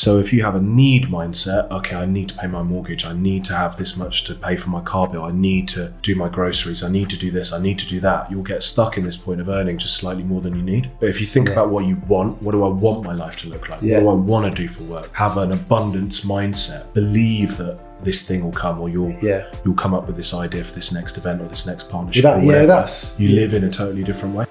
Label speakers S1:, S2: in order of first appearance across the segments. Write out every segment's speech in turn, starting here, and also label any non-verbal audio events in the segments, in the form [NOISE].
S1: So if you have a need mindset, okay, I need to pay my mortgage, I need to have this much to pay for my car bill, I need to do my groceries, I need to do this, I need to do that, you'll get stuck in this point of earning just slightly more than you need. But if you think
S2: Yeah.
S1: about what you want, what do I want my life to look like?
S2: Yeah.
S1: What do I want to do for work? Have an abundance mindset. Believe that this thing will come or you'll
S2: Yeah.
S1: you'll come up with this idea for this next event or this next partnership.
S2: That-
S1: or
S2: yeah,
S1: whatever.
S2: that's-
S1: you live in a totally different way.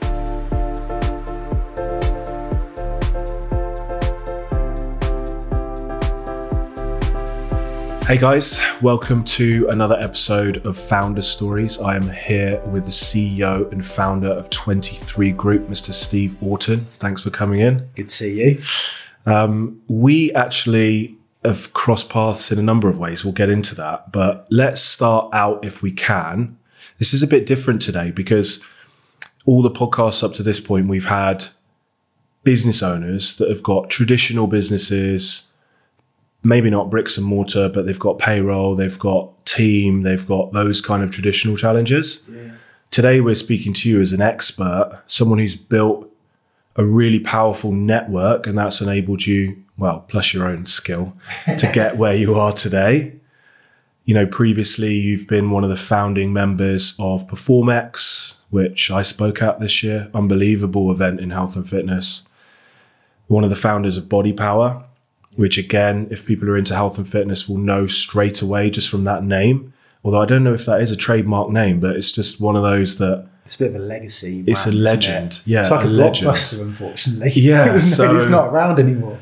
S1: Hey guys, welcome to another episode of Founder Stories. I am here with the CEO and founder of 23 Group, Mr. Steve Orton. Thanks for coming in.
S2: Good to see you.
S1: We actually have crossed paths in a number of ways. We'll get into that. But let's start out if we can. This is a bit different today because all the podcasts up to this point, we've had business owners that have got traditional businesses, maybe not bricks and mortar, but they've got payroll, they've got team, they've got those kind of traditional challenges. Today, we're speaking to you as an expert, someone who's built a really powerful network, and that's enabled you, well, plus your own skill, to get where you are today. You know, previously you've been one of the founding members of PerformX, which I spoke at this year, unbelievable event in health and fitness. One of the founders of Body Power, which again, if people are into health and fitness, will know straight away just from that name. Although I don't know if that is a trademark name, but it's just one of those that
S2: It's a bit of a legacy.
S1: It's
S2: brand,
S1: a
S2: isn't
S1: legend.
S2: it?
S1: Yeah,
S2: It's like
S1: a
S2: a,
S1: legend.
S2: blockbuster, unfortunately. [LAUGHS]
S1: Yeah,
S2: No,
S1: so-
S2: it's not around anymore.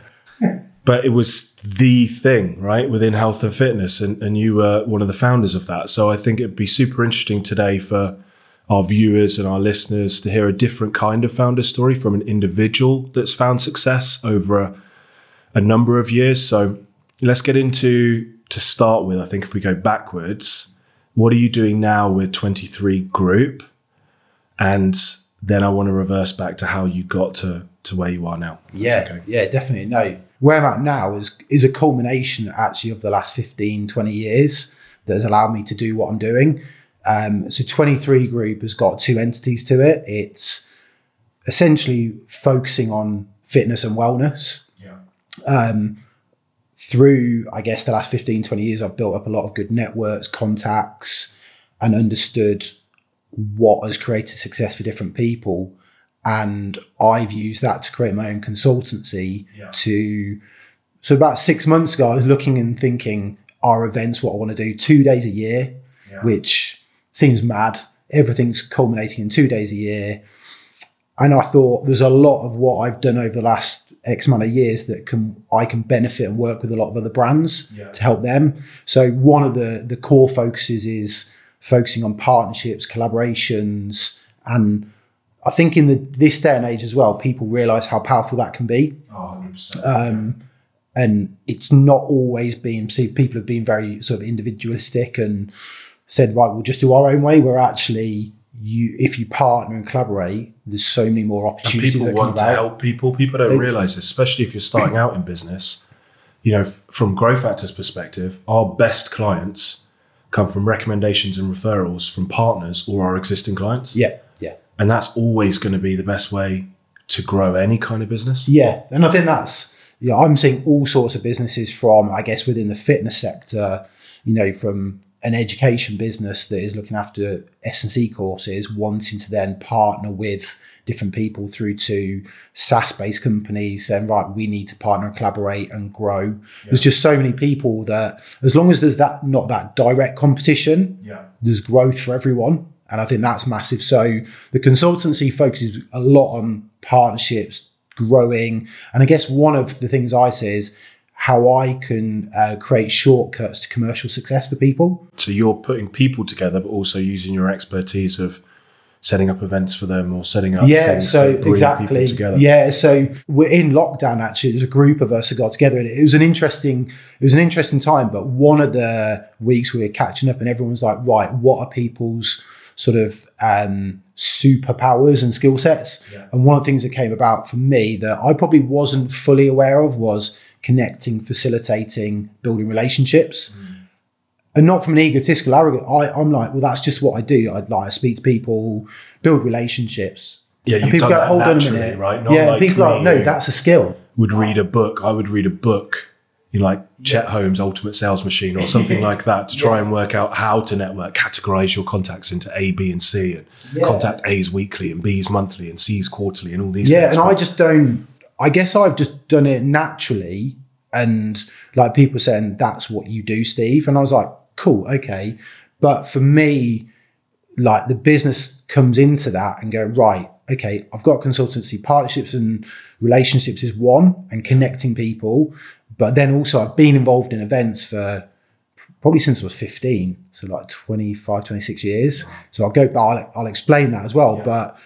S1: but it was the thing right within health and fitness and, and you were one of the founders of that so i think it'd be super interesting today for our viewers and our listeners to hear a different kind of founder story from an individual that's found success over a, a number of years so let's get into to start with i think if we go backwards what are you doing now with 23 group and then i want to reverse back to how you got to to where you are now That's
S2: Yeah,
S1: okay.
S2: yeah, definitely. No, where I'm at now is is a culmination actually of the last 15, 20 years that has allowed me to do what I'm doing. Um, so 23 Group has got two entities to it. It's essentially focusing on fitness and wellness.
S1: Yeah.
S2: Um, through, I guess, the last 15, 20 years, I've built up a lot of good networks, contacts, and understood what has created success for different people. And I've used that to create my own consultancy
S1: Yeah.
S2: to. So, about six months ago, I was looking and thinking, are events what I want to do two days a year,
S1: Yeah.
S2: which seems mad. Everything's culminating in two days a year. And I thought there's a lot of what I've done over the last X amount of years that can I can benefit and work with a lot of other brands
S1: Yeah.
S2: to help them. So one of the the core focuses is focusing on partnerships, collaborations, and I think in the this day and age as well, people realise how powerful that can be.
S1: Oh, 100%.
S2: Um, and it's not always been perceived. People have been very sort of individualistic and said, right, we'll just do our own way. Where actually, you if you partner and collaborate, there's so many more opportunities.
S1: people
S2: that come
S1: want to
S2: about.
S1: help people. People don't
S2: They-
S1: realize this, especially if you're starting out in business. You know, f- from Growth Factors' perspective, our best clients come from recommendations and referrals from partners or our existing clients,
S2: Yeah, yeah,
S1: and that's always going to be the best way to grow any kind of business.
S2: yeah. And I think that's you know, I'm seeing all sorts of businesses from I guess within the fitness sector, you know, from an education business that is looking after S and C courses, wanting to then partner with different people through to SaaS based companies saying, right, we need to partner and collaborate and grow. There's just so many people that as long as there's that not that direct competition,
S1: Yeah,
S2: there's growth for everyone. And I think that's massive. So the consultancy focuses a lot on partnerships, growing. And I guess one of the things I see is how I can uh, create shortcuts to commercial success for people.
S1: so you're putting people together, but also using your expertise of setting up events for them or setting up
S2: Yeah,
S1: things
S2: so
S1: that bring
S2: exactly.
S1: people together.
S2: Yeah, so we're in lockdown. Actually, there's a group of us that got together, and it was an interesting, it was an interesting time. But one of the weeks we were catching up, and everyone was like, "Right, what are people's sort of um, superpowers and skill sets?" And one of the things that came about for me that I probably wasn't fully aware of was connecting, facilitating, building relationships
S1: Mm.
S2: and not from an egotistical arrogant. I, I'm like, well, that's just what I do. I like I speak to people, build relationships.
S1: Yeah,
S2: And
S1: you've
S2: people
S1: done
S2: go,
S1: that
S2: hold on a
S1: naturally,
S2: minute,
S1: right? Not
S2: yeah,
S1: like
S2: people are
S1: me
S2: like, no,
S1: who-
S2: that's a skill.
S1: Would read a book. I would read a book you know, like Chet Holmes' Ultimate Sales Machine or
S2: [LAUGHS]
S1: something like that to try and work out how to network, categorize your contacts into A, B, and C, and
S2: Yeah.
S1: contact A's weekly and B's monthly and C's quarterly and all these
S2: yeah
S1: things.
S2: and i just don't i guess i've just done it naturally and like people saying that's what you do steve and i was like cool okay but for me like the business comes into that and go right okay i've got consultancy partnerships and relationships is one and connecting people but then also i've been involved in events for probably since I was 15, so like 25, 26 years. So I'll go, but I'll, I'll explain that as well. But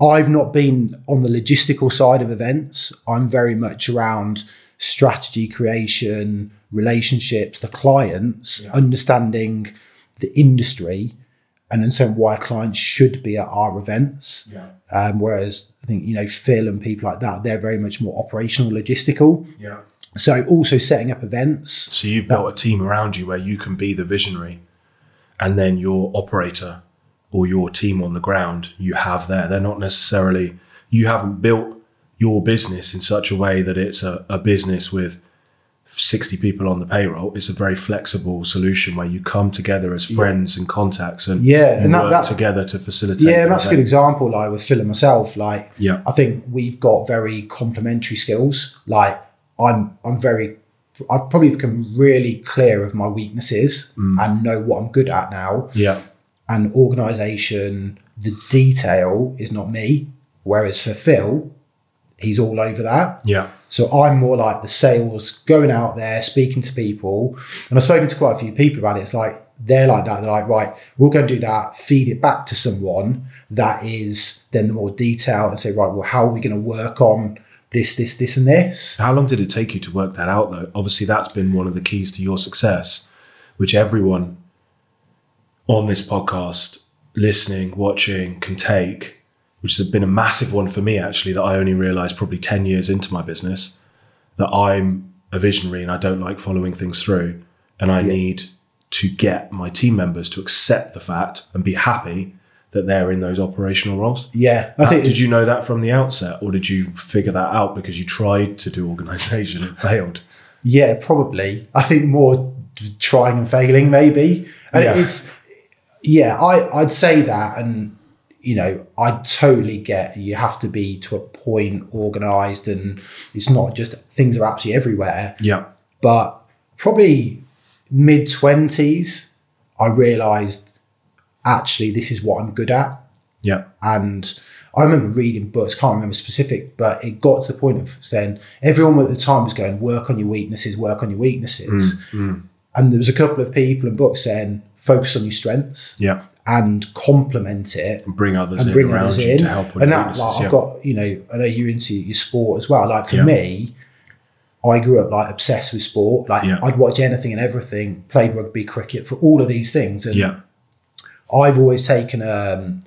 S2: I've not been on the logistical side of events. I'm very much around strategy creation, relationships, the clients, understanding the industry and understand why clients should be at our events.
S1: Yeah.
S2: Um, whereas I think, you know, Phil and people like that, they're very much more operational, logistical.
S1: yeah.
S2: So also setting up events.
S1: So you've built a team around you where you can be the visionary, and then your operator or your team on the ground you have there. They're not necessarily you haven't built your business in such a way that it's a, a business with 60 people on the payroll. It's a very flexible solution where you come together as friends and contacts and
S2: Yeah,
S1: you
S2: and that-
S1: work
S2: that-
S1: together to facilitate.
S2: Yeah,
S1: the
S2: and that's a
S1: event.
S2: good example. Like with Phil and myself, like
S1: Yeah.
S2: I think we've got very complementary skills. Like I'm, I'm very, I've probably become really clear of my weaknesses and know what I'm good at now.
S1: Yeah.
S2: And organisation, the detail is not me. Whereas for Phil, he's all over that.
S1: Yeah.
S2: So I'm more like the sales, going out there, speaking to people. And I've spoken to quite a few people about it. It's like they're like that. They're like, right, we'll go and do that, feed it back to someone that is then the more detail and say, right, well, how are we going to work on this, this, this, and this?
S1: How long did it take you to work that out, though? Obviously, that's been one of the keys to your success, which everyone on this podcast, listening, watching, can take, which has been a massive one for me, actually, that I only realized probably 10 years into my business that I'm a visionary and I don't like following things through. And I need to get my team members to accept the fact and be happy that they're in those operational roles.
S2: Yeah. I think
S1: Did you know that from the outset, or did you figure that out because you tried to do organisation and failed?
S2: Yeah, probably. I think more trying and failing, maybe. And
S1: Yeah.
S2: it's yeah, I I'd say that, and you know, I totally get you have to be to a point organised, and it's not just things are absolutely everywhere.
S1: Yeah,
S2: But probably mid twenties, I realised actually this is what I'm good at,
S1: yeah,
S2: and I remember reading books, can't remember specific, but it got to the point of saying everyone at the time was going, work on your weaknesses, work on your weaknesses.
S1: Mm,
S2: And there was a couple of people and books saying, focus on your strengths
S1: yeah.
S2: and complement it
S1: Bring others
S2: and
S1: in
S2: bring
S1: around
S2: others
S1: you
S2: in.
S1: to help with
S2: and
S1: your
S2: that,
S1: weaknesses,
S2: like,
S1: yeah.
S2: I've got, you know, I know you're into your sport as well. Like for
S1: Yeah.
S2: me, I grew up like obsessed with sport. Like
S1: Yeah.
S2: I'd watch anything and everything, played rugby, cricket, for all of these things. And
S1: yeah,
S2: I've always taken um,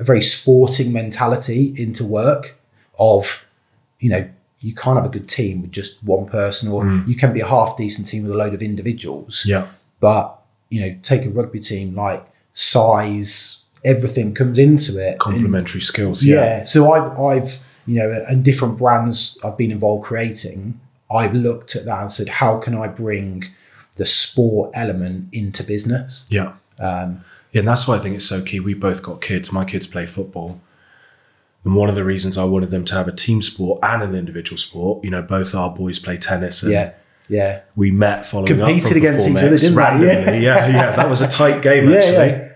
S2: a very sporting mentality into work of, you know, you can't have a good team with just one person, or you can be a half decent team with a load of individuals.
S1: Mm. yeah,
S2: But, you know, take a rugby team, like size, everything comes into it. And-
S1: Complementary skills.
S2: yeah.
S1: Yeah,
S2: So I've, I've, you know, and different brands I've been involved creating, I've looked at that and said, how can I bring the sport element into business?
S1: yeah.
S2: Um,
S1: yeah, and that's why I think it's so key. We both got kids. My kids play football. And one of the reasons I wanted them to have a team sport and an individual sport, you know, both our boys play tennis and
S2: Yeah. Yeah.
S1: we met following up
S2: Competed
S1: from
S2: against each other,
S1: Performex
S2: didn't they? [LAUGHS] Yeah.
S1: randomly. Yeah. yeah, That was a tight game, actually.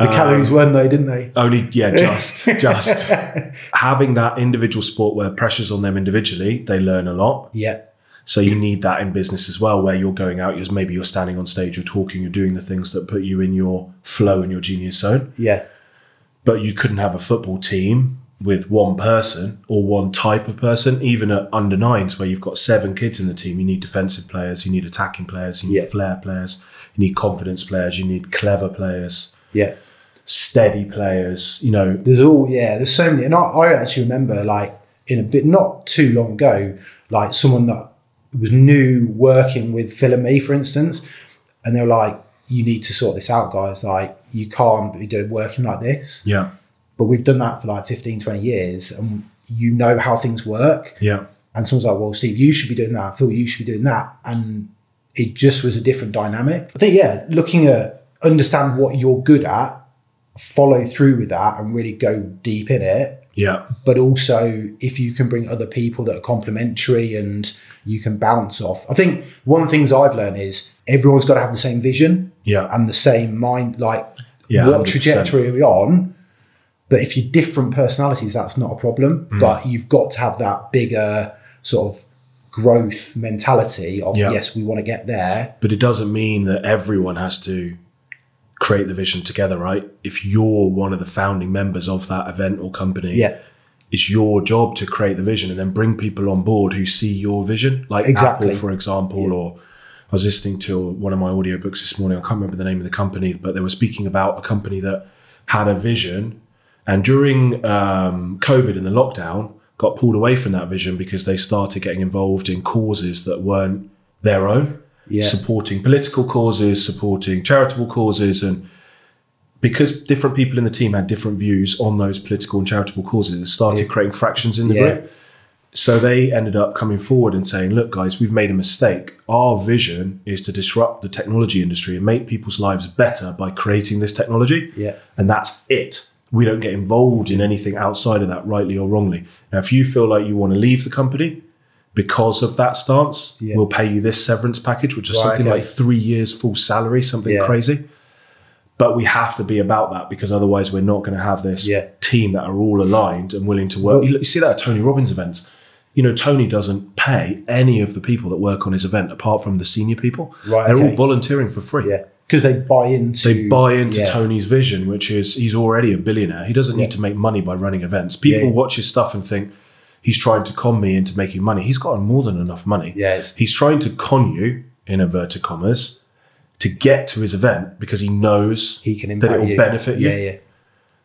S2: The calories won though, didn't they?
S1: Only, yeah, just, just having that individual sport where pressure's on them individually, they learn a lot.
S2: Yeah.
S1: So you need that in business as well, where you're going out, you're maybe you're standing on stage, you're talking, you're doing the things that put you in your flow and your genius zone.
S2: Yeah.
S1: But you couldn't have a football team with one person or one type of person, even at under nines, where you've got seven kids in the team. You need defensive players, you need attacking players, you need
S2: Yeah.
S1: flair players, you need confidence players, you need clever players,
S2: Yeah.
S1: steady players, you know,
S2: There's all yeah, there's so many and I, I actually remember like in a bit not too long ago, like someone that was new working with Phil and me, for instance, and they were like, You need to sort this out, guys, like you can't be doing working like this.
S1: yeah,
S2: But we've done that for like 15, 20 years and you know how things work.
S1: yeah.
S2: And someone's like, well, Steve, you should be doing that. Phil, you should be doing that. And it just was a different dynamic. I think, yeah, looking at understand what you're good at, follow through with that and really go deep in it.
S1: Yeah.
S2: But also, if you can bring other people that are complementary and you can bounce off. I think one of the things I've learned is everyone's got to have the same vision
S1: Yeah.
S2: and the same mind, like
S1: Yeah,
S2: what
S1: 100%.
S2: trajectory are we on? But if you're different personalities, that's not a problem.
S1: Mm.
S2: But you've got to have that bigger sort of growth mentality of
S1: Yeah.
S2: yes, we want to get there.
S1: but it doesn't mean that everyone has to create the vision together, right? If you're one of the founding members of that event or company,
S2: Yeah.
S1: it's your job to create the vision and then bring people on board who see your vision, like
S2: Exactly.
S1: Apple, for example, or I was listening to one of my audiobooks this morning. I can't remember the name of the company, but they were speaking about a company that had a vision and during um, COVID and the lockdown, got pulled away from that vision because they started getting involved in causes that weren't their own,
S2: Yeah.
S1: supporting political causes, supporting charitable causes, and because different people in the team had different views on those political and charitable causes, it started creating fractions in the
S2: Yeah.
S1: group. So they ended up coming forward and saying, "Look, guys, we've made a mistake. Our vision is to disrupt the technology industry and make people's lives better by creating this technology."
S2: Yeah.
S1: and that's it. We don't get involved in anything outside of that, rightly or wrongly. Now, if you feel like you want to leave the company because of that stance,
S2: Yeah.
S1: we'll pay you this severance package, which is
S2: Right,
S1: something
S2: okay.
S1: like three years full salary, something
S2: Yeah.
S1: crazy. But we have to be about that because otherwise we're not going to have this
S2: Yeah.
S1: team that are all aligned and willing to work. You look- you see that at Tony Robbins events. You know, Tony doesn't pay any of the people that work on his event apart from the senior people.
S2: Right,
S1: They're all
S2: okay.
S1: volunteering for free
S2: Yeah. Because they buy into
S1: they buy into
S2: yeah.
S1: Tony's vision, which is he's already a billionaire. He doesn't need to make money by running events. People
S2: Yeah.
S1: watch his stuff and think he's trying to con me into making money. He's gotten more than enough money.
S2: Yeah, it's-
S1: he's trying to con you in inverted commas to get to his event because he knows
S2: he can
S1: that
S2: impact
S1: it will
S2: you.
S1: benefit you.
S2: Yeah, yeah.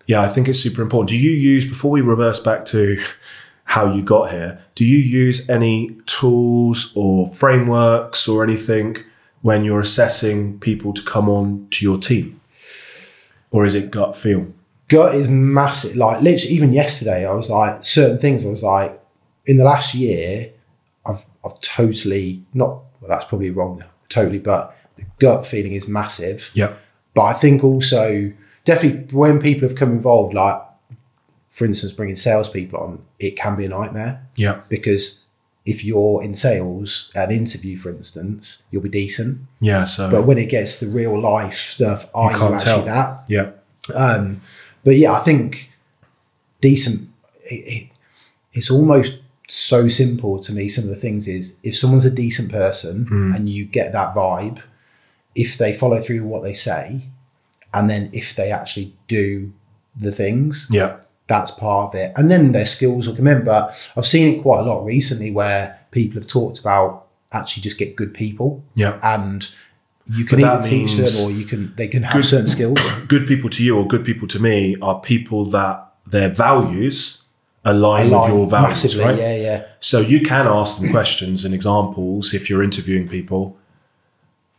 S1: Yeah, I think it's super important. Do you use, before we reverse back to how you got here, do you use any tools or frameworks or anything when you're assessing people to come on to your team? Or is it gut feel?
S2: gut is massive. Like literally, even yesterday, I was like certain things. I was like, in the last year, I've I've totally not. Well, that's probably wrong. Totally, but the gut feeling is massive.
S1: Yeah.
S2: But I think also definitely when people have come involved, like for instance, bringing salespeople on, it can be a nightmare
S1: Yeah.
S2: because if you're in sales at an interview, for instance, you'll be decent.
S1: Yeah. So,
S2: But when it gets to real life stuff, are you,
S1: can't
S2: actually
S1: tell.
S2: that?
S1: yeah.
S2: Um, but yeah, I think decent. It, it, it's almost so simple to me. Some of the things is if someone's a decent person
S1: Hmm.
S2: and you get that vibe, if they follow through what they say, and then if they actually do the things,
S1: Yeah.
S2: that's part of it. And then their skills will come in. But I've seen it quite a lot recently where people have talked about actually just get good people.
S1: Yeah.
S2: And you can
S1: that
S2: either teach
S1: means-
S2: them or you can they can have certain skills.
S1: Good people to you or good people to me are people that their values align,
S2: Like,
S1: with your values,
S2: massively,
S1: right?
S2: yeah, yeah.
S1: So you can ask them questions and examples if you're interviewing people,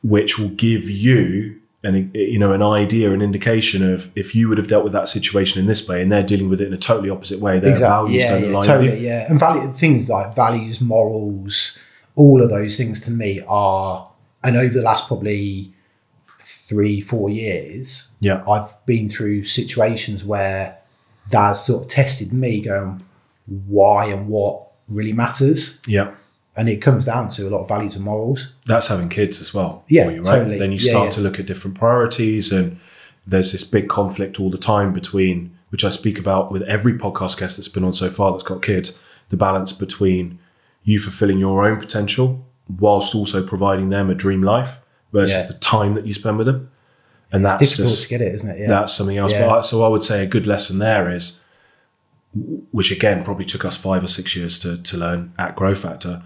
S1: which will give you an you know an idea, an indication of if you would have dealt with that situation in this way, and they're dealing with it in a totally opposite way. Their values
S2: yeah,
S1: don't
S2: yeah,
S1: align. with
S2: totally,
S1: you.
S2: yeah. And value things like values, morals, all of those things to me are and over the last probably three, four years,
S1: Yeah.
S2: I've been through situations where that's sort of tested me going, why and what really matters.
S1: Yeah,
S2: And it comes down to a lot of values and morals.
S1: that's having kids as well.
S2: Yeah,
S1: for you, right?
S2: totally.
S1: Then you
S2: Yeah,
S1: start
S2: yeah.
S1: to look at different priorities, and there's this big conflict all the time between which I speak about with every podcast guest that's been on so far that's got kids. The balance between you fulfilling your own potential whilst also providing them a dream life versus
S2: Yeah.
S1: the time that you spend with them. And that's
S2: Difficult
S1: just
S2: to get it, isn't it? Yeah.
S1: that's something else.
S2: Yeah.
S1: But I, so I would say a good lesson there is, which again probably took us five or six years to to learn at Grow Factor,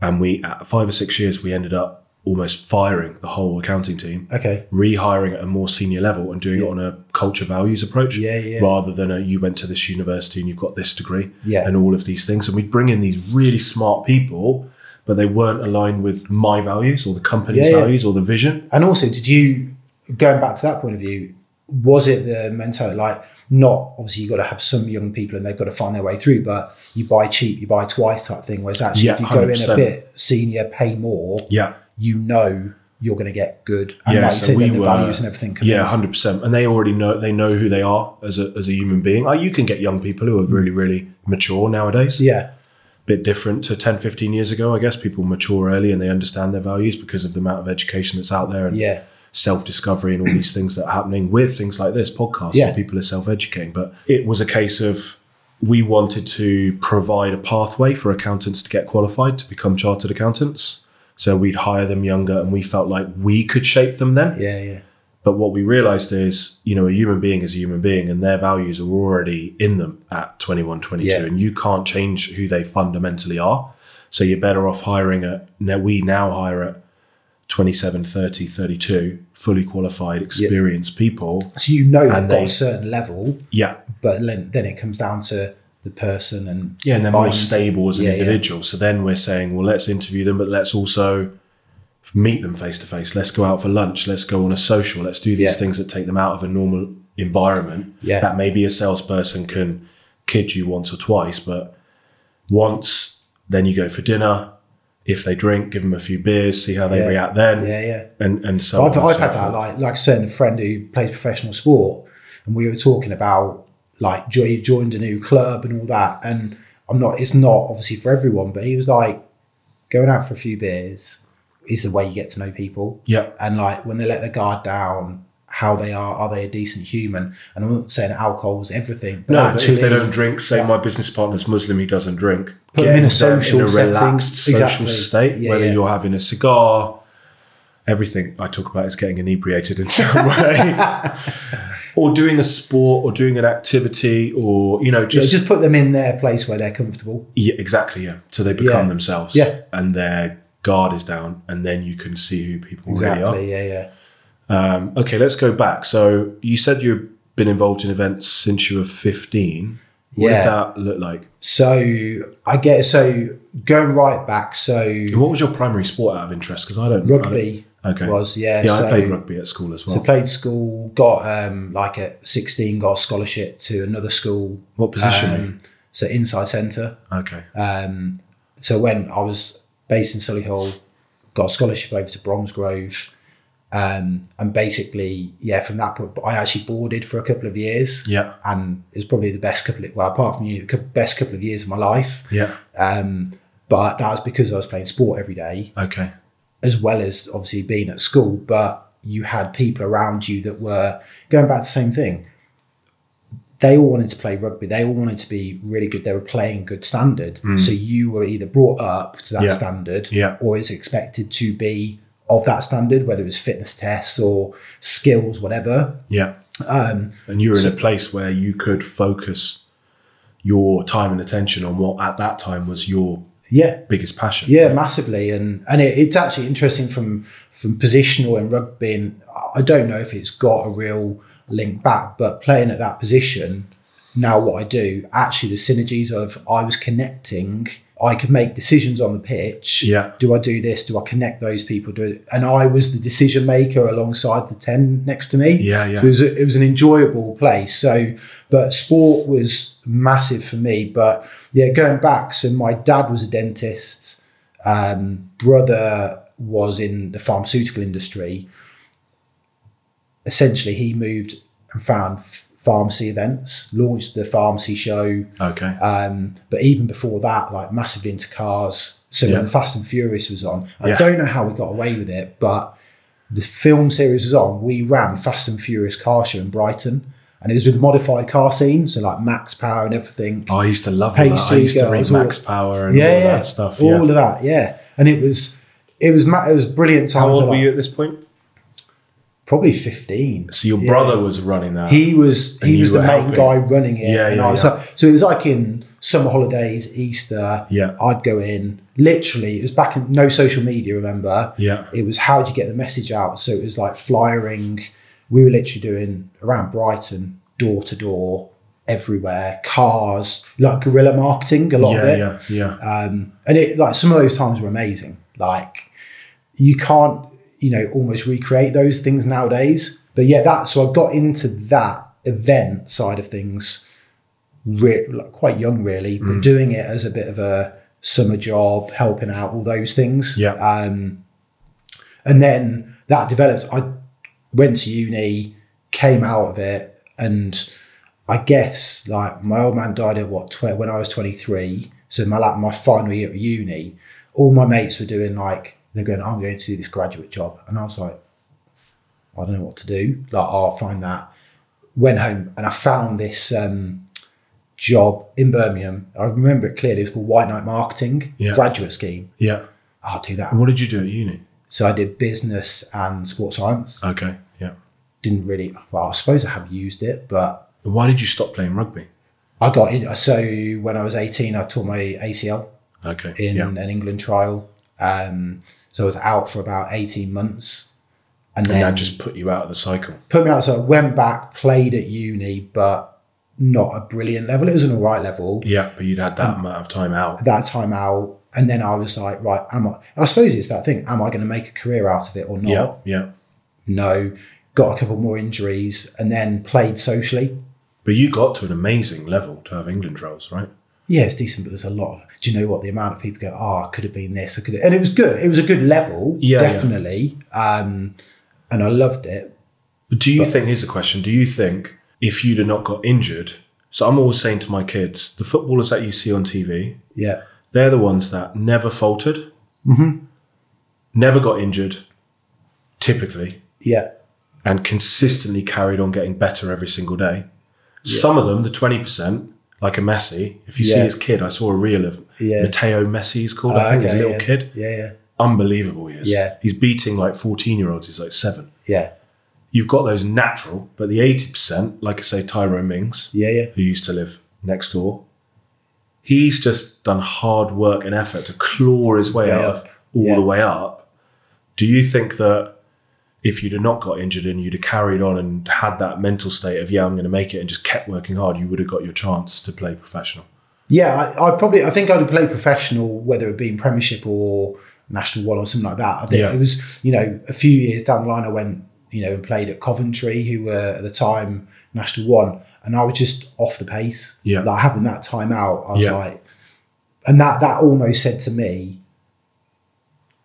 S1: and we at five or six years we ended up almost firing the whole accounting team,
S2: okay.
S1: rehiring at a more senior level and doing it on a culture values approach,
S2: Yeah, yeah.
S1: rather than a you went to this university and you've got this degree,
S2: Yeah.
S1: and all of these things. And we'd bring in these really smart people. But they weren't aligned with my values or the company's
S2: Yeah, yeah.
S1: values or the vision.
S2: And also, did you going back to that point of view? Was it the mentality like not obviously you've got to have some young people and they've got to find their way through, but you buy cheap, you buy twice type thing. Whereas actually,
S1: Yeah,
S2: if you go in a
S1: 100%.
S2: bit senior, pay more,
S1: Yeah.
S2: you know you're going to get good. And
S1: Yeah,
S2: like you
S1: so
S2: said,
S1: we
S2: then the
S1: were-
S2: values and everything. Come
S1: Yeah,
S2: in.
S1: hundred percent. And they already know they know who they are as a as a human being. Like you can get young people who are really really mature nowadays.
S2: yeah,
S1: bit different to 10, 15 years ago. I guess people mature early and they understand their values because of the amount of education that's out there and
S2: yeah,
S1: self discovery and all these things that are happening with things like this podcast.
S2: Yeah.
S1: people are self educating. But it was a case of we wanted to provide a pathway for accountants to get qualified to become chartered accountants. So we'd hire them younger and we felt like we could shape them then.
S2: yeah, yeah,
S1: But what we realized is, you know, a human being is a human being and their values are already in them at 21, 22,
S2: Yeah.
S1: and you can't change who they fundamentally are. So you're better off hiring a, now we now hire at 27, 30, 32, fully qualified, experienced people.
S2: So you know they've got
S1: they-
S2: a certain level,
S1: Yeah.
S2: but then, then it comes down to the person and
S1: Yeah. And they're more
S2: bind-
S1: stable as an
S2: Yeah, yeah.
S1: individual. So then we're saying, well, let's interview them, but let's also meet them face to face. Let's go out for lunch. Let's go on a social. Let's do these
S2: Yeah.
S1: things that take them out of a normal environment.
S2: Yeah.
S1: That maybe a salesperson can kid you once or twice, but once, then you go for dinner. If they drink, give them a few beers, see how they
S2: Yeah.
S1: react then.
S2: Yeah, yeah.
S1: And and so
S2: I've,
S1: on and
S2: I've
S1: so
S2: had that,
S1: forth.
S2: like, like I said, a friend who plays professional sport, and we were talking about like jo- he joined a new club and all that. And I'm not, it's not obviously for everyone, but he was like, going out for a few beers is the way you get to know people.
S1: Yeah.
S2: And like when they let their guard down, how they are, are they a decent human? And I'm not saying alcohol's everything, but
S1: No, but
S2: actually,
S1: if they don't drink, say my business partner's Muslim, he doesn't drink.
S2: Put them in a
S1: Getting them
S2: social
S1: in a
S2: setting.
S1: relaxed social
S2: Exactly.
S1: state,
S2: Yeah,
S1: whether
S2: yeah.
S1: you're having a cigar, everything I talk about is getting inebriated in some [LAUGHS] way, or doing a sport, or doing an activity, or you know,
S2: Yeah,
S1: just,
S2: just put them in their place where they're comfortable.
S1: yeah, exactly, yeah. So they become
S2: Yeah.
S1: themselves,
S2: Yeah.
S1: and their guard is down, and then you can see who people really
S2: Exactly. Yeah, yeah.
S1: are. Um, okay, let's go back. So you said you've been involved in events since you were 15. What
S2: Yeah.
S1: did that look like?
S2: So I get so going right back. So
S1: What was your primary sport out of interest? Because I don't
S2: rugby
S1: I don't- okay.
S2: was yeah.
S1: yeah,
S2: so,
S1: I played rugby at school as well.
S2: so played school, got um like at sixteen, got a scholarship to another school.
S1: what position? were
S2: Um, so inside centre.
S1: you? Okay.
S2: Um, so when I was based in Sully Hall, got a scholarship over to Bromsgrove, um, and basically yeah, from that point I actually boarded for a couple of years.
S1: Yeah.
S2: And it was probably the best couple of well, apart from you, cou- best couple of years of my life.
S1: Yeah.
S2: Um, but that was because I was playing sport every day,
S1: Okay.
S2: as well as obviously being at school. But you had people around you that were going back to the same thing. They all wanted to play rugby. They all wanted to be really good. They were playing good standard. So you were either brought up to that
S1: Mm. Yeah.
S2: standard
S1: Yeah.
S2: or is expected to be of that standard, whether it was fitness tests or skills, whatever.
S1: Yeah.
S2: Um,
S1: And you were in a place where you could focus your time and attention on what at that time was your
S2: yeah,
S1: biggest passion.
S2: Yeah, massively, and and it, it's actually interesting from from positional and rugby. And I don't know if it's got a real link back, but playing at that position now, what I do actually the synergies of I was connecting. I could make decisions on the pitch.
S1: Yeah.
S2: Do I do this? Do I connect those people? Do it? And I was the decision maker alongside the ten next to me.
S1: Yeah, yeah.
S2: So it was a- it was an enjoyable place. So, but sport was massive for me. But yeah, going back, so my dad was a dentist. Um, brother was in the pharmaceutical industry. Essentially, he moved and found f- pharmacy events, launched the pharmacy show.
S1: Okay.
S2: Um, but even before that, like massively into cars. So
S1: Yeah.
S2: when Fast and Furious was on, I
S1: Yeah.
S2: don't know how we got away with it, but the film series was on. We ran Fast and Furious car show in Brighton, and it was with the modified car scene, so like Max Power and everything.
S1: Oh, I used to love all
S2: Hey,
S1: that. I
S2: so
S1: used to
S2: girls,
S1: read
S2: all-
S1: Max Power and all that stuff.
S2: all
S1: Yeah.
S2: of that, yeah. And it was, it was, ma- it was brilliant time.
S1: How old
S2: but,
S1: were
S2: like,
S1: you at this point?
S2: Probably fifteen.
S1: So your
S2: Yeah.
S1: brother was running that.
S2: He was
S1: Um, And
S2: he
S1: you
S2: was
S1: were
S2: the main
S1: helping.
S2: guy running it.
S1: Yeah,
S2: and
S1: yeah,
S2: I was
S1: yeah.
S2: like, so it was like in summer holidays, Easter.
S1: Yeah.
S2: I'd go in. Literally, it was back in no social media. Remember?
S1: Yeah.
S2: It was how do you get the message out? So it was like flyering. We were literally doing around Brighton, door to door, everywhere, cars, like guerrilla marketing. A lot of
S1: yeah,
S2: it
S1: yeah, yeah.
S2: um, and it like some of those times were amazing like you can't you know almost recreate those things nowadays but yeah that so i got into that event side of things re- like quite young really but doing it as a bit of a summer job helping out all those things
S1: Yeah.
S2: um and then that developed i went to uni came out of it and i guess like my old man died at what tw- when i was 23 so my like my final year at uni all my mates were doing like they're going i'm going to do this graduate job and i was like i don't know what to do like "Oh, i'll find that went home and i found this um job in birmingham i remember it clearly it was called white knight marketing
S1: Yeah.
S2: graduate scheme
S1: Yeah.
S2: i'll do that
S1: And what did you do at uni?
S2: so i did business and sports science
S1: Okay. Yeah.
S2: didn't really well i suppose i have used it but
S1: Why did you stop playing rugby?
S2: i got in so when i was 18 i tore my acl
S1: Okay.
S2: in
S1: yeah.
S2: an england trial um, so i was out for about 18 months and
S1: And
S2: then
S1: that just put you out of the cycle.
S2: put me out so i went back played at uni but not a brilliant level it was an all right level
S1: Yeah, but you'd had that amount of time out.
S2: that time out and then i was like right am i i suppose it's that thing am i going to make a career out of it or not
S1: Yeah. Yeah.
S2: no got a couple more injuries and then played socially
S1: But you got to an amazing level to have England roles, right?
S2: yeah, it's decent, but there's a lot. Of, do you know what the amount of people go? Oh, I could have been this. I could, have, and it was good. It was a good level,
S1: Yeah, yeah.
S2: definitely. Um, and I loved it.
S1: But do you think, here's a question, do you think if you'd have not got injured, so I'm always saying to my kids, the footballers that you see on TV,
S2: Yeah,
S1: they're the ones that never faltered, never got injured, typically,
S2: yeah,
S1: and consistently carried on getting better every single day. Some of them, the 20%, like a Messi, if you see
S2: Yeah.
S1: his kid, I saw a reel of
S2: Yeah. Oh,
S1: Matteo Messi, he's called, I think, he's a
S2: Okay,
S1: little
S2: yeah.
S1: kid.
S2: Yeah, yeah,
S1: Unbelievable he is.
S2: Yeah.
S1: He's beating like 14 year olds, he's like seven.
S2: yeah,
S1: You've got those natural, but the 80%, like I say, Tyrone Mings,
S2: yeah, yeah.
S1: who used to live next door, he's just done hard work and effort to claw his way
S2: Way
S1: out
S2: up.
S1: of all
S2: Yeah.
S1: the way up. Do you think that if you'd have not got injured and you'd have carried on and had that mental state of, yeah, I'm going to make it and just kept working hard, you would have got your chance to play professional?
S2: Yeah, I, I probably I think I'd have played professional, whether it be in Premiership or National One or something like that. I think
S1: Yeah.
S2: it was you know a few years down the line I went you know and played at Coventry, who were at the time National One, and I was just off the pace.
S1: Yeah.
S2: like having that time out, I was
S1: Yeah.
S2: like, and that that almost said to me,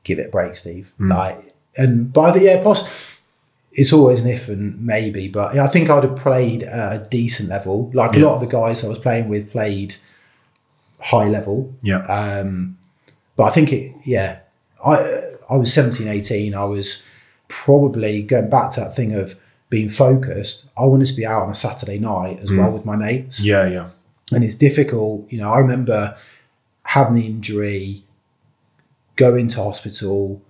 S2: give it a break, Steve.
S1: Hmm.
S2: Like, and by the yeah, poss- it's always an if and maybe, but I think I'd have played at a decent level. Like
S1: Yeah.
S2: a lot of the guys I was playing with played high level.
S1: Yeah.
S2: Um, but I think it, yeah, I I was 17, 18. I was probably going back to that thing of being focused. I wanted to be out on a Saturday night
S1: Hmm.
S2: as well with my mates
S1: yeah, yeah.
S2: and it's difficult. You know, I remember having the injury, going to hospital,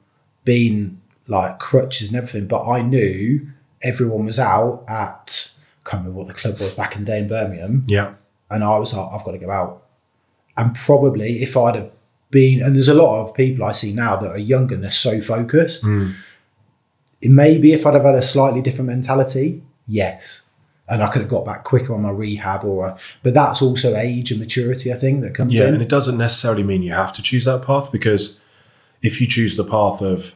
S2: being like crutches and everything, but I knew everyone was out at I can't remember what the club was back in the day in Birmingham,
S1: Yeah.
S2: and I was like, I've got to go out. And probably if I'd have been, and there's a lot of people I see now that are younger and they're so focused.
S1: Hmm.
S2: Maybe if I'd have had a slightly different mentality, yes. And I could have got back quicker on my rehab or, but that's also age and maturity, I think, that comes
S1: Yeah,
S2: in.
S1: and it doesn't necessarily mean you have to choose that path because if you choose the path of,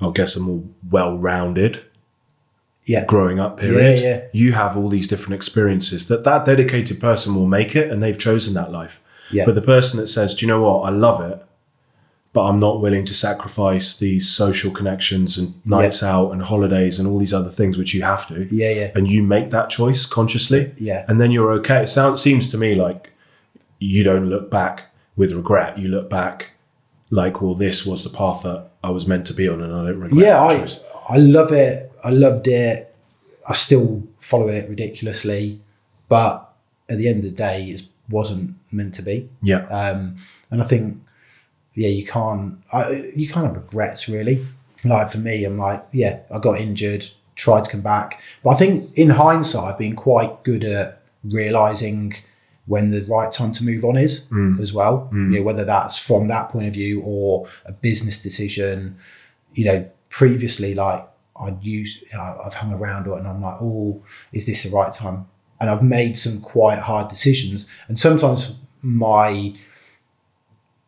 S1: I guess, a more well-rounded
S2: yeah.
S1: growing up period,
S2: Yeah, yeah.
S1: you have all these different experiences that that dedicated person will make it, and they've chosen that life.
S2: Yeah.
S1: But the person that says, "Do you know what? I love it, but I'm not willing to sacrifice these social connections and nights out and holidays and all these other things which you have to."
S2: Yeah, yeah.
S1: And you make that choice consciously.
S2: Yeah.
S1: And then you're okay. It sounds seems to me like you don't look back with regret. You look back like, well, this was the path that I was meant to be on, and I don't regret.
S2: yeah,
S1: that
S2: I,
S1: choice.
S2: I love it. I loved it. I still follow it ridiculously. But at the end of the day, it wasn't meant to be.
S1: yeah.
S2: Um, and I think, yeah, you can't, I, you kind of regrets really. Like for me, I'm like, yeah, I got injured, tried to come back. But I think in hindsight, I've been quite good at realizing when the right time to move on is as well. You know, whether that's from that point of view or a business decision, you know, previously, like I'd use, you know, I've hung around or, and I'm like, oh, is this the right time? And I've made some quite hard decisions. And sometimes my,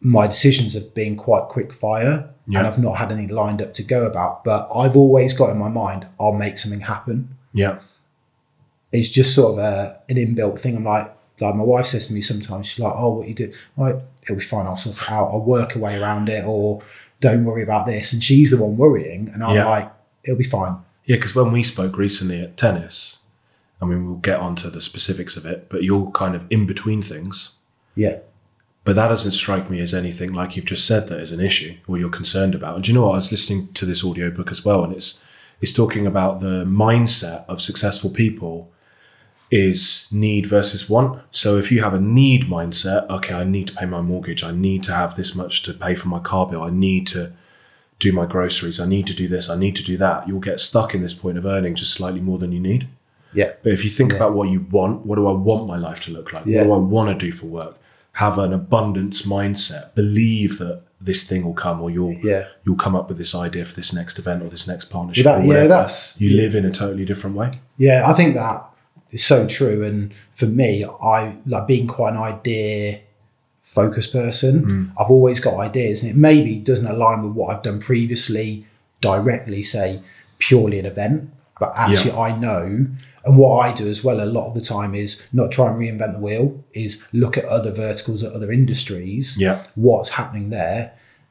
S2: my decisions have been quite quick fire
S1: Yeah.
S2: and I've not had anything lined up to go about. But I've always got in my mind, I'll make something happen.
S1: yeah.
S2: it's just sort of a, an inbuilt thing. I'm like, like my wife says to me sometimes, she's like, "Oh, what you do? I'm like, it'll be fine. I'll sort it out. I'll work a way around it, or don't worry about this." And she's the one worrying, and I'm
S1: Yeah.
S2: like, "It'll be fine."
S1: Yeah, because when we spoke recently at tennis, I mean, we'll get onto the specifics of it, but you're kind of in between things.
S2: Yeah,
S1: But that doesn't strike me as anything like you've just said that is an issue or you're concerned about. And do you know what? I was listening to this audiobook as well, and it's it's talking about the mindset of successful people is need versus want. So if you have a need mindset, okay, I need to pay my mortgage, I need to have this much to pay for my car bill, I need to do my groceries, I need to do this, I need to do that, you'll get stuck in this point of earning just slightly more than you need.
S2: yeah,
S1: But if you think about what you want, what do I want my life to look like?
S2: Yeah.
S1: What do I want to do for work? Have an abundance mindset. Believe that this thing will come, or you'll
S2: Yeah.
S1: you'll come up with this idea for this next event or this next partnership.
S2: Well, that-
S1: or
S2: yeah,
S1: whatever.
S2: that's-
S1: you live in a totally different way.
S2: yeah. I think that is so true. And for me, I like being quite an idea focused person.
S1: Mm.
S2: I've always got ideas, and it maybe doesn't align with what I've done previously directly. Say purely an event, but actually, I know. And what I do as well a lot of the time is not try and reinvent the wheel. Is look at other verticals, at other industries.
S1: Yeah.
S2: what's happening there,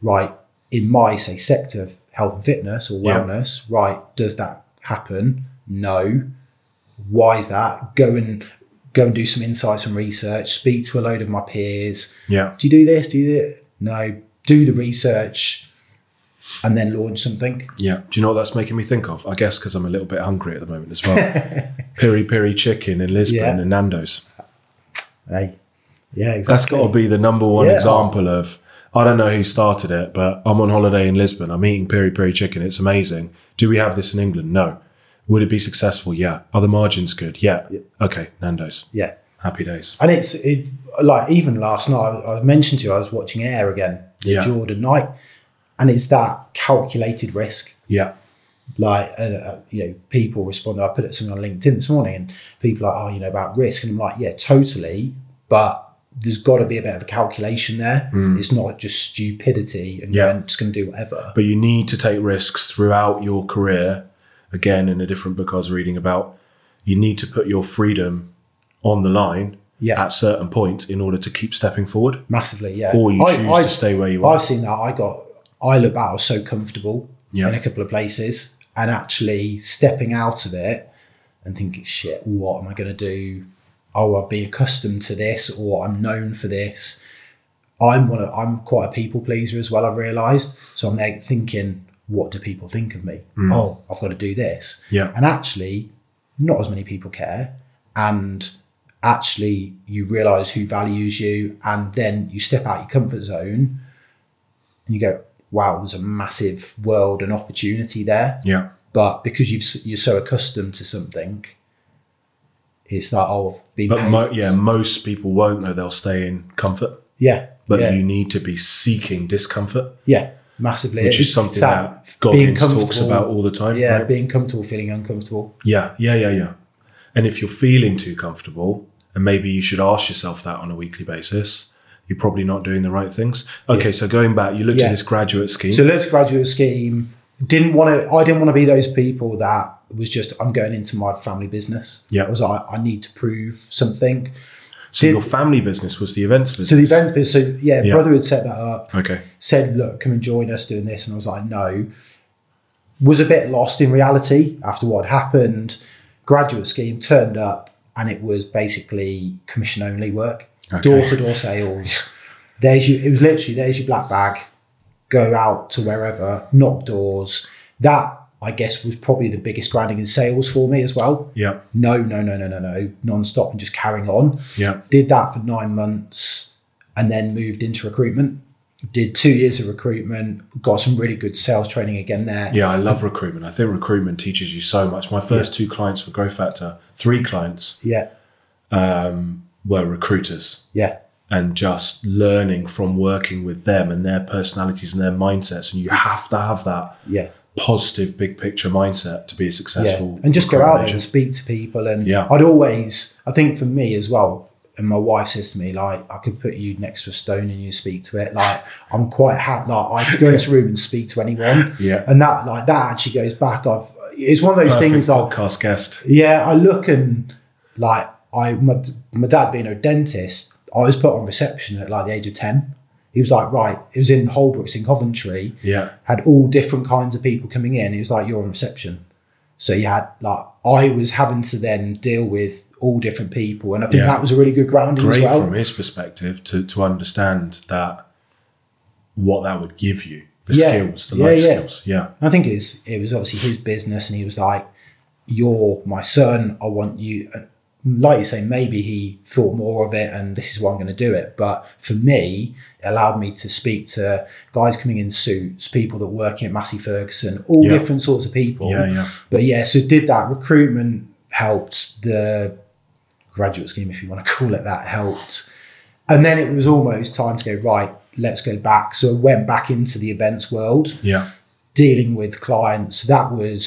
S2: right? In my say sector of health and fitness or
S1: Yeah.
S2: wellness, right? Does that happen? No. Why is that? Go and go and do some insights and research. Speak to a load of my peers.
S1: Yeah,
S2: Do you do this? Do you do it? No. Do the research, and then launch something.
S1: yeah. Do you know what that's making me think of? I guess because I'm a little bit hungry at the moment as well.
S2: [LAUGHS]
S1: piri piri chicken in Lisbon
S2: Yeah.
S1: and Nando's.
S2: Hey, yeah, exactly.
S1: That's got to be the number one
S2: Yeah.
S1: example of. I don't know who started it, but I'm on holiday in Lisbon. I'm eating piri piri chicken. It's amazing. Do we have this in England? No. Would it be successful? Yeah. Are the margins good? Yeah. Okay. Nando's.
S2: yeah.
S1: Happy days.
S2: And it's it like even last night I I mentioned to you I was watching Air again, the
S1: Yeah.
S2: Jordan Knight, and it's that calculated risk.
S1: Yeah.
S2: Like uh, uh, you know, people respond. I put something on LinkedIn this morning, and people are like, oh, you know about risk, and I'm like, yeah, totally, but. There's got to be a bit of a calculation there. It's not just stupidity and
S1: Hmm. Yeah.
S2: going, just going to do whatever.
S1: But you need to take risks throughout your career. Again, in a different book I was reading about, you need to put your freedom on the line
S2: Yeah.
S1: at certain points in order to keep stepping forward.
S2: Massively, yeah.
S1: Or you
S2: I-
S1: choose
S2: I-
S1: to stay where you are.
S2: I've seen that. I got I look back, I was so comfortable
S1: Yeah.
S2: in a couple of places, and actually stepping out of it and thinking, shit, what am I going to do? Oh, I've been accustomed to this, or I'm known for this. I'm one. Of, I'm quite a people pleaser as well. I've realised, so I'm there thinking, what do people think of me? Oh, I've got to do this.
S1: Hmm. Yeah.
S2: and actually, not as many people care, and actually, you realise who values you, and then you step out your comfort zone, and you go, wow, there's a massive world and opportunity there
S1: Yeah.
S2: but because you've s- you're so accustomed to something, it's like oh, I've been
S1: But
S2: paid.
S1: mo- yeah, most people won't though. They'll stay in comfort.
S2: yeah,
S1: but
S2: yeah,
S1: you need to be seeking discomfort,
S2: yeah, massively,
S1: which
S2: It's-
S1: is something
S2: it's
S1: that,
S2: being
S1: Goggins talks
S2: comfortable.
S1: about all the time.
S2: Yeah,
S1: right?
S2: being comfortable, feeling uncomfortable.
S1: yeah, yeah, yeah, yeah. And if you're feeling too comfortable, and maybe you should ask yourself that on a weekly basis, you're probably not doing the right things. Okay, so going back, you looked
S2: Yeah.
S1: at this graduate scheme.
S2: So Lurks graduate scheme didn't want to. I didn't want to be those people that was just I'm going into my family business.
S1: Yeah.
S2: I was like I need to prove something.
S1: So
S2: did-
S1: your family business was the events business.
S2: So the events business. So yeah,
S1: Yeah.
S2: brother had set that up.
S1: Okay.
S2: said, look, come and join us doing this. And I was like, no. Was a bit lost in reality after what had happened. Graduate scheme turned up and it was basically commission only work,
S1: Okay.
S2: door to door sales. There's you, it was literally, there's your black bag, go out to wherever, knock doors. That, I guess, was probably the biggest grinding in sales for me as well.
S1: Yeah.
S2: No, no, no, no, no, no, non stop and just carrying on.
S1: Yeah.
S2: Did that for nine months and then moved into recruitment. Did two years of recruitment, got some really good sales training again there.
S1: Yeah, I love recruitment. I think recruitment teaches you so much. My first two clients for Growth Factor, three clients
S2: Yeah.
S1: were recruiters.
S2: Yeah.
S1: and just learning from working with them and their personalities and their mindsets. And you have to have that
S2: Yeah.
S1: positive big picture mindset to be a
S2: yeah.
S1: successful
S2: And just go out there
S1: recruitment
S2: and
S1: agent.
S2: speak to people. And
S1: Yeah.
S2: I'd always, I think for me as well, and my wife says to me, like, I could put you next to a stone and you speak to it. Like, I'm quite happy. Like, I could go
S1: [LAUGHS]
S2: into a room and speak to anyone.
S1: Yeah.
S2: And that, like, that actually goes back. I've, it's one of those
S1: Perfect
S2: things like,
S1: podcast guest.
S2: yeah, I look and like I my, my dad being a dentist, I was put on reception at like the age of ten. He was like, right, it was in Holbrooks in Coventry.
S1: Yeah.
S2: Had all different kinds of people coming in. He was like, you're on reception. So you had like I was having to then deal with all different people, and I think
S1: Yeah.
S2: that was a really good grounding
S1: Great
S2: as well.
S1: from his perspective to, to understand that what that would give you the
S2: Yeah.
S1: skills, the
S2: Yeah,
S1: life
S2: yeah.
S1: skills. Yeah.
S2: I think it was, it was obviously his business, and he was like, "You're my son. I want you." And Like you say, maybe he thought more of it, and this is why I'm going to do it. But for me, it allowed me to speak to guys coming in suits, people that work at Massey Ferguson, all
S1: Yeah.
S2: different sorts of people.
S1: Yeah, yeah.
S2: But yeah, so did that recruitment helped the graduate scheme, if you want to call it that, helped. And then it was almost time to go right. Let's go back. So I went back into the events world
S1: Yeah.
S2: dealing with clients that was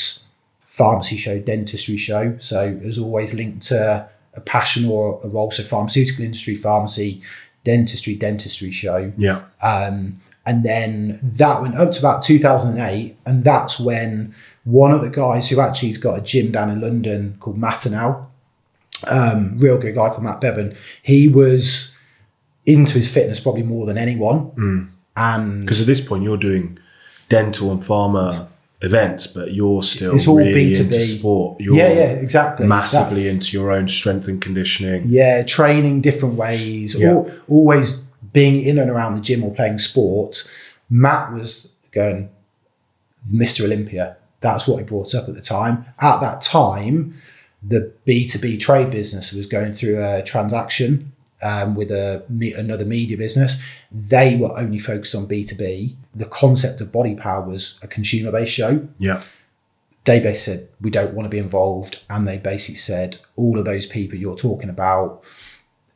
S2: pharmacy show dentistry show so it was always linked to a passion or a role so pharmaceutical industry pharmacy dentistry dentistry show
S1: Yeah.
S2: um, and then that went up to about 2008 and that's when one of the guys who actually has got a gym down in london called matinal um, real good guy called matt bevan he was into his fitness probably more than anyone and
S1: Because at this point, you're doing dental and pharma events, but you're still
S2: It's all
S1: really
S2: B2B.
S1: into sport. You're
S2: yeah yeah exactly That-
S1: massively into your own strength and conditioning.
S2: yeah training different ways
S1: Yeah.
S2: al- always being in and around the gym or playing sport matt was going mr olympia that's what he brought up at the time at that time the b2b trade business was going through a transaction um, with a me- another media business they were only focused on b2b the concept of body power was a consumer based show
S1: Yeah.
S2: they basically said we don't want to be involved and they basically said all of those people you're talking about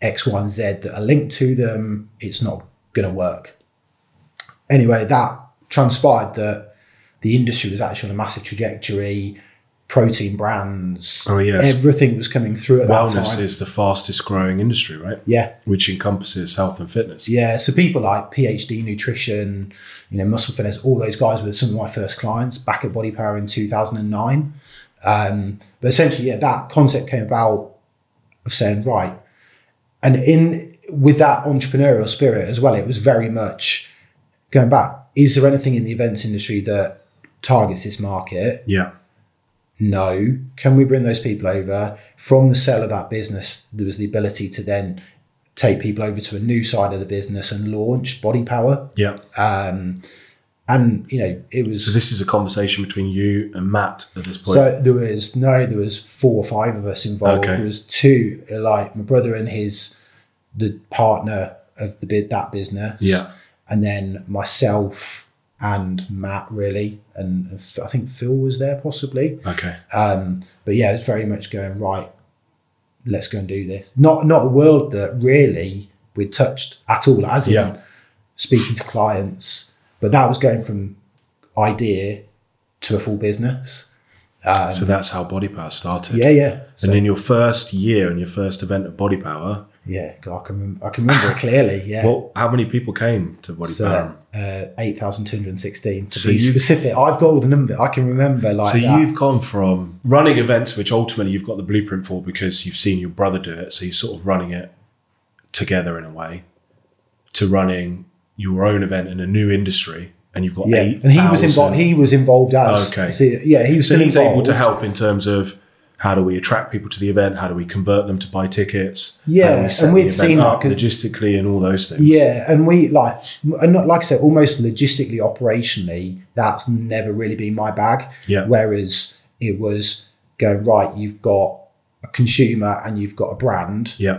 S2: x y and z that are linked to them it's not going to work anyway that transpired that the industry was actually on a massive trajectory protein brands
S1: Oh, yes.
S2: everything was coming through at that
S1: Wellness
S2: time
S1: is the fastest growing industry, right?
S2: yeah
S1: Which encompasses health and fitness.
S2: yeah so people like phd nutrition you know muscle fitness all those guys were some of my first clients back at body power in 2009 um, but essentially yeah that concept came about of saying right and in with that entrepreneurial spirit as well it was very much going back is there anything in the events industry that targets this market
S1: Yeah.
S2: no. Can we bring those people over? From the sale of that business, there was the ability to then take people over to a new side of the business and launch Body Power.
S1: Yeah.
S2: Um, and, you know, it
S1: So
S2: was.
S1: this is a conversation between you and Matt at this point.
S2: So there was no, there was four or five of us involved.
S1: Okay.
S2: There was two, like my brother and his, the partner of the bid that business.
S1: Yeah.
S2: And then myself and Matt really, and I think Phil was there possibly.
S1: okay.
S2: Um, but yeah, it's very much going right. Let's go and do this. Not not a world that really we touched at all, as in
S1: Yeah.
S2: speaking to clients. But that was going from idea to a full business. Um,
S1: So that's how Body Power started.
S2: yeah, yeah, So-
S1: And in your first year and your first event at Body Power,
S2: yeah. God, I can remember, I can remember it clearly. Yeah.
S1: well, how many people came to Body
S2: so
S1: Power?
S2: uh, eight thousand two hundred sixteen to
S1: So
S2: be
S1: you-
S2: specific. I've got all the number. I can remember like
S1: So
S2: that.
S1: you've gone from running events, which ultimately you've got the blueprint for because you've seen your brother do it, so you're sort of running it together in a way, to running your own event in a new industry, and you've got
S2: yeah,
S1: eight.
S2: and he was involved. He was involved as
S1: Okay.
S2: so, yeah, he was
S1: so
S2: still
S1: he's able to
S2: involved.
S1: help in terms of how do we attract people to the event, how do we convert them to buy tickets, how do
S2: Yeah,
S1: we set
S2: and
S1: the
S2: we'd
S1: event
S2: seen that
S1: up
S2: 'cause-
S1: logistically and all those things.
S2: Yeah, and we like, and not like I said, almost logistically, operationally, that's never really been my bag.
S1: Yeah.
S2: Whereas it was go right. You've got a consumer and you've got a brand.
S1: yeah,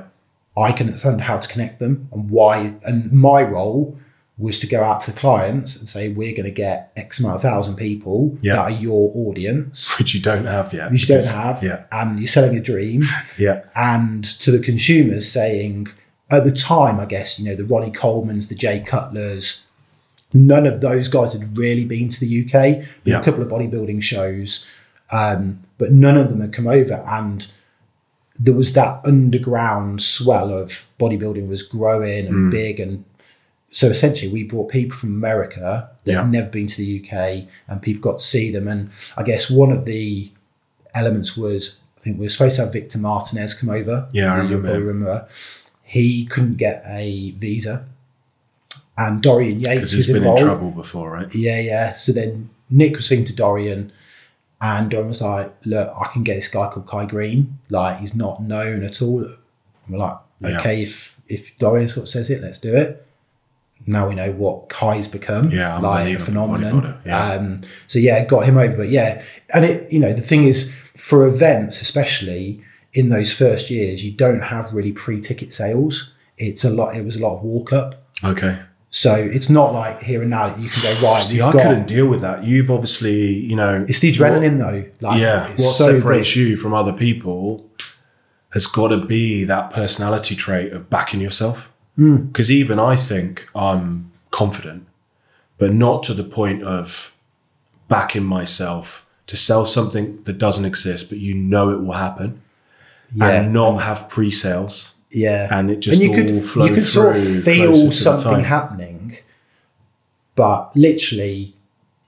S2: I can understand how to connect them and why. And my role was to go out to the clients and say, we're going to get X amount of thousand people
S1: Yeah.
S2: that are your audience,
S1: which you don't have yet.
S2: which you don't
S1: because-
S2: have,
S1: Yeah,
S2: and you're selling a dream
S1: yeah,
S2: and to the consumers saying at the time, I guess, you know, the Ronnie Colemans, the Jay Cutlers, none of those guys had really been to the UK. There were
S1: Yeah.
S2: A couple of bodybuilding shows, um, but none of them had come over. And there was that underground swell of bodybuilding was growing and
S1: Mm.
S2: big. And so essentially, we brought people from America that
S1: Yeah.
S2: had never been to the UK, and people got to see them. And I guess one of the elements was I think think we were supposed to have Victor Martinez come over.
S1: Yeah, I
S2: You
S1: remember
S2: probably
S1: him.
S2: remember. He couldn't get a visa, and Dorian Yates
S1: Because he's
S2: was
S1: been
S2: involved.
S1: in trouble before, right?
S2: Yeah, yeah. So then Nick was speaking to Dorian, and Dorian was like, "Look, I can get this guy called Kai Green. Like, he's not known at all." And we're like,
S1: Yeah.
S2: "Okay, if if Dorian sort of says it, let's do it." Now we know what Kai's become.
S1: Yeah,
S2: like a
S1: unbelievable bodybuilder,
S2: phenomenon.
S1: yeah.
S2: Um, so yeah, got him over. But yeah, and it you know the thing is for events especially in those first years, you don't have really pre-ticket sales. It's a lot. It was a lot of walk up.
S1: Okay.
S2: So it's not like here and now that you can go right.
S1: See,
S2: we've
S1: I
S2: got-
S1: couldn't deal with that. You've obviously, you know,
S2: it's the adrenaline though. Like,
S1: yeah.
S2: it's
S1: what
S2: so
S1: separates you from other people has got to be that personality trait of backing yourself.
S2: Hmm.
S1: Because even I think I'm confident, but not to the point of backing myself to sell something that doesn't exist, but you know it will happen,
S2: big. Yeah,
S1: and not have pre-sales.
S2: yeah.
S1: and it just
S2: you
S1: all
S2: could
S1: flow
S2: you could sort
S1: through
S2: of feel
S1: closer to the
S2: something
S1: time.
S2: happening, but literally,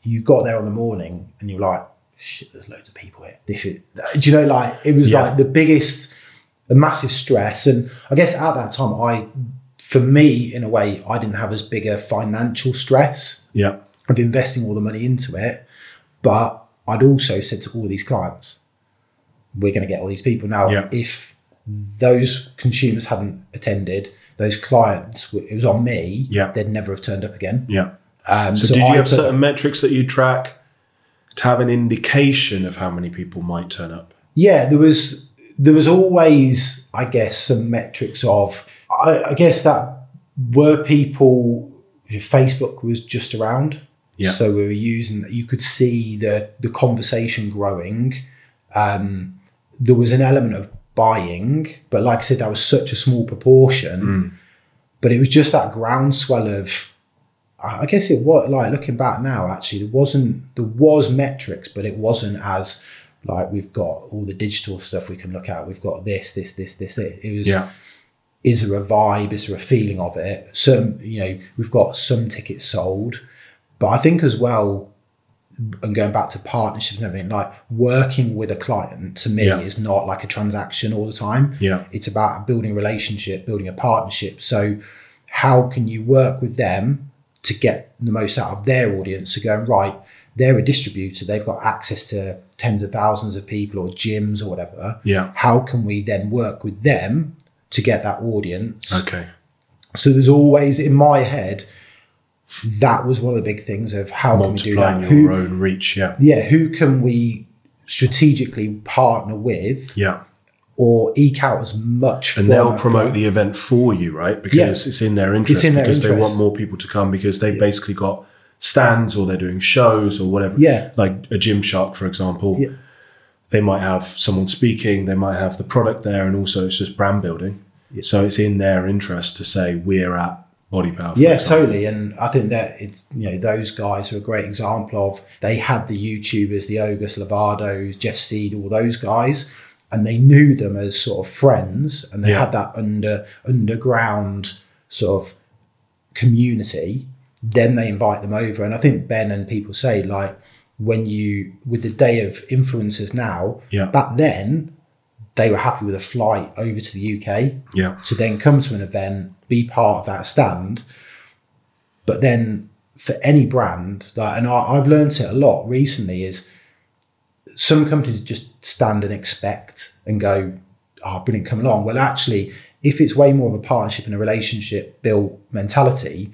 S2: you got there on the morning and you're like, shit, there's loads of people here. This is, do you know, like it was
S1: Yeah.
S2: like the biggest, the massive stress, and I guess at that time, I, for me, in a way, I didn't have as big a financial stress.
S1: Yeah,
S2: of investing all the money into it. But I'd also said to all these clients, we're going to get all these people. Now,
S1: Yeah.
S2: if those consumers hadn't attended, those clients, it was on me,
S1: Yeah.
S2: they'd never have turned up again.
S1: yeah.
S2: Um,
S1: So, did you
S2: I
S1: have
S2: put-
S1: certain metrics that you track to have an indication of how many people might turn up?
S2: yeah there was there was always i guess some metrics of i, I guess that were people facebook was just around
S1: Yeah.
S2: so we were using you could see the the conversation growing um there was an element of buying but like i said that was such a small proportion but it was just that groundswell of I I guess it was like looking back now actually there wasn't there was metrics but it wasn't as like we've got all the digital stuff we can look at we've got this this this this it, it was
S1: Yeah,
S2: is there a vibe is there a feeling of it some you know we've got some tickets sold but I think as well and going back to partnerships and everything like working with a client to me
S1: Yeah.
S2: is not like a transaction all the time
S1: yeah,
S2: it's about building a relationship, building a partnership. So, how can you work with them to get the most out of their audience? So, going right, they're a distributor, they've got access to tens of thousands of people or gyms or whatever.
S1: yeah.
S2: How can we then work with them to get that audience?
S1: Okay.
S2: So, there's always in my head, that was one of the big things of how can we do
S1: Multiplying
S2: that?
S1: your
S2: Who,
S1: own reach. Yeah,
S2: yeah, who can we strategically partner with
S1: yeah.
S2: or eke out as much
S1: And
S2: from
S1: they'll
S2: that
S1: promote the event for you, right? Because it's in their interest.
S2: in their
S1: because they
S2: interest.
S1: want more people to come because they've basically got stands or they're doing shows or whatever.
S2: Yeah.
S1: Like a gym shark, for example.
S2: Yeah.
S1: They might have someone speaking, they might have the product there, and also it's just brand building. So it's in their interest to say we're at Body Power. for
S2: Yeah,
S1: example.
S2: totally. And I think that it's you know those guys are a great example of they had the YouTubers, the Ogus Lavados, Jeff Seed, all those guys, and they knew them as sort of friends, and they
S1: Yeah.
S2: had that under underground sort of community. Then they invite them over, and I think Ben and people say like when you with the day of influencers now,
S1: Yeah.
S2: back then they were happy with a flight over to the UK
S1: Yeah.
S2: to then come to an event, be part of that stand. But then for any brand, like, and I, I've learned it a lot recently, is some companies just stand and expect and go, oh, brilliant, come along. Well, actually, if it's way more of a partnership and a relationship built mentality,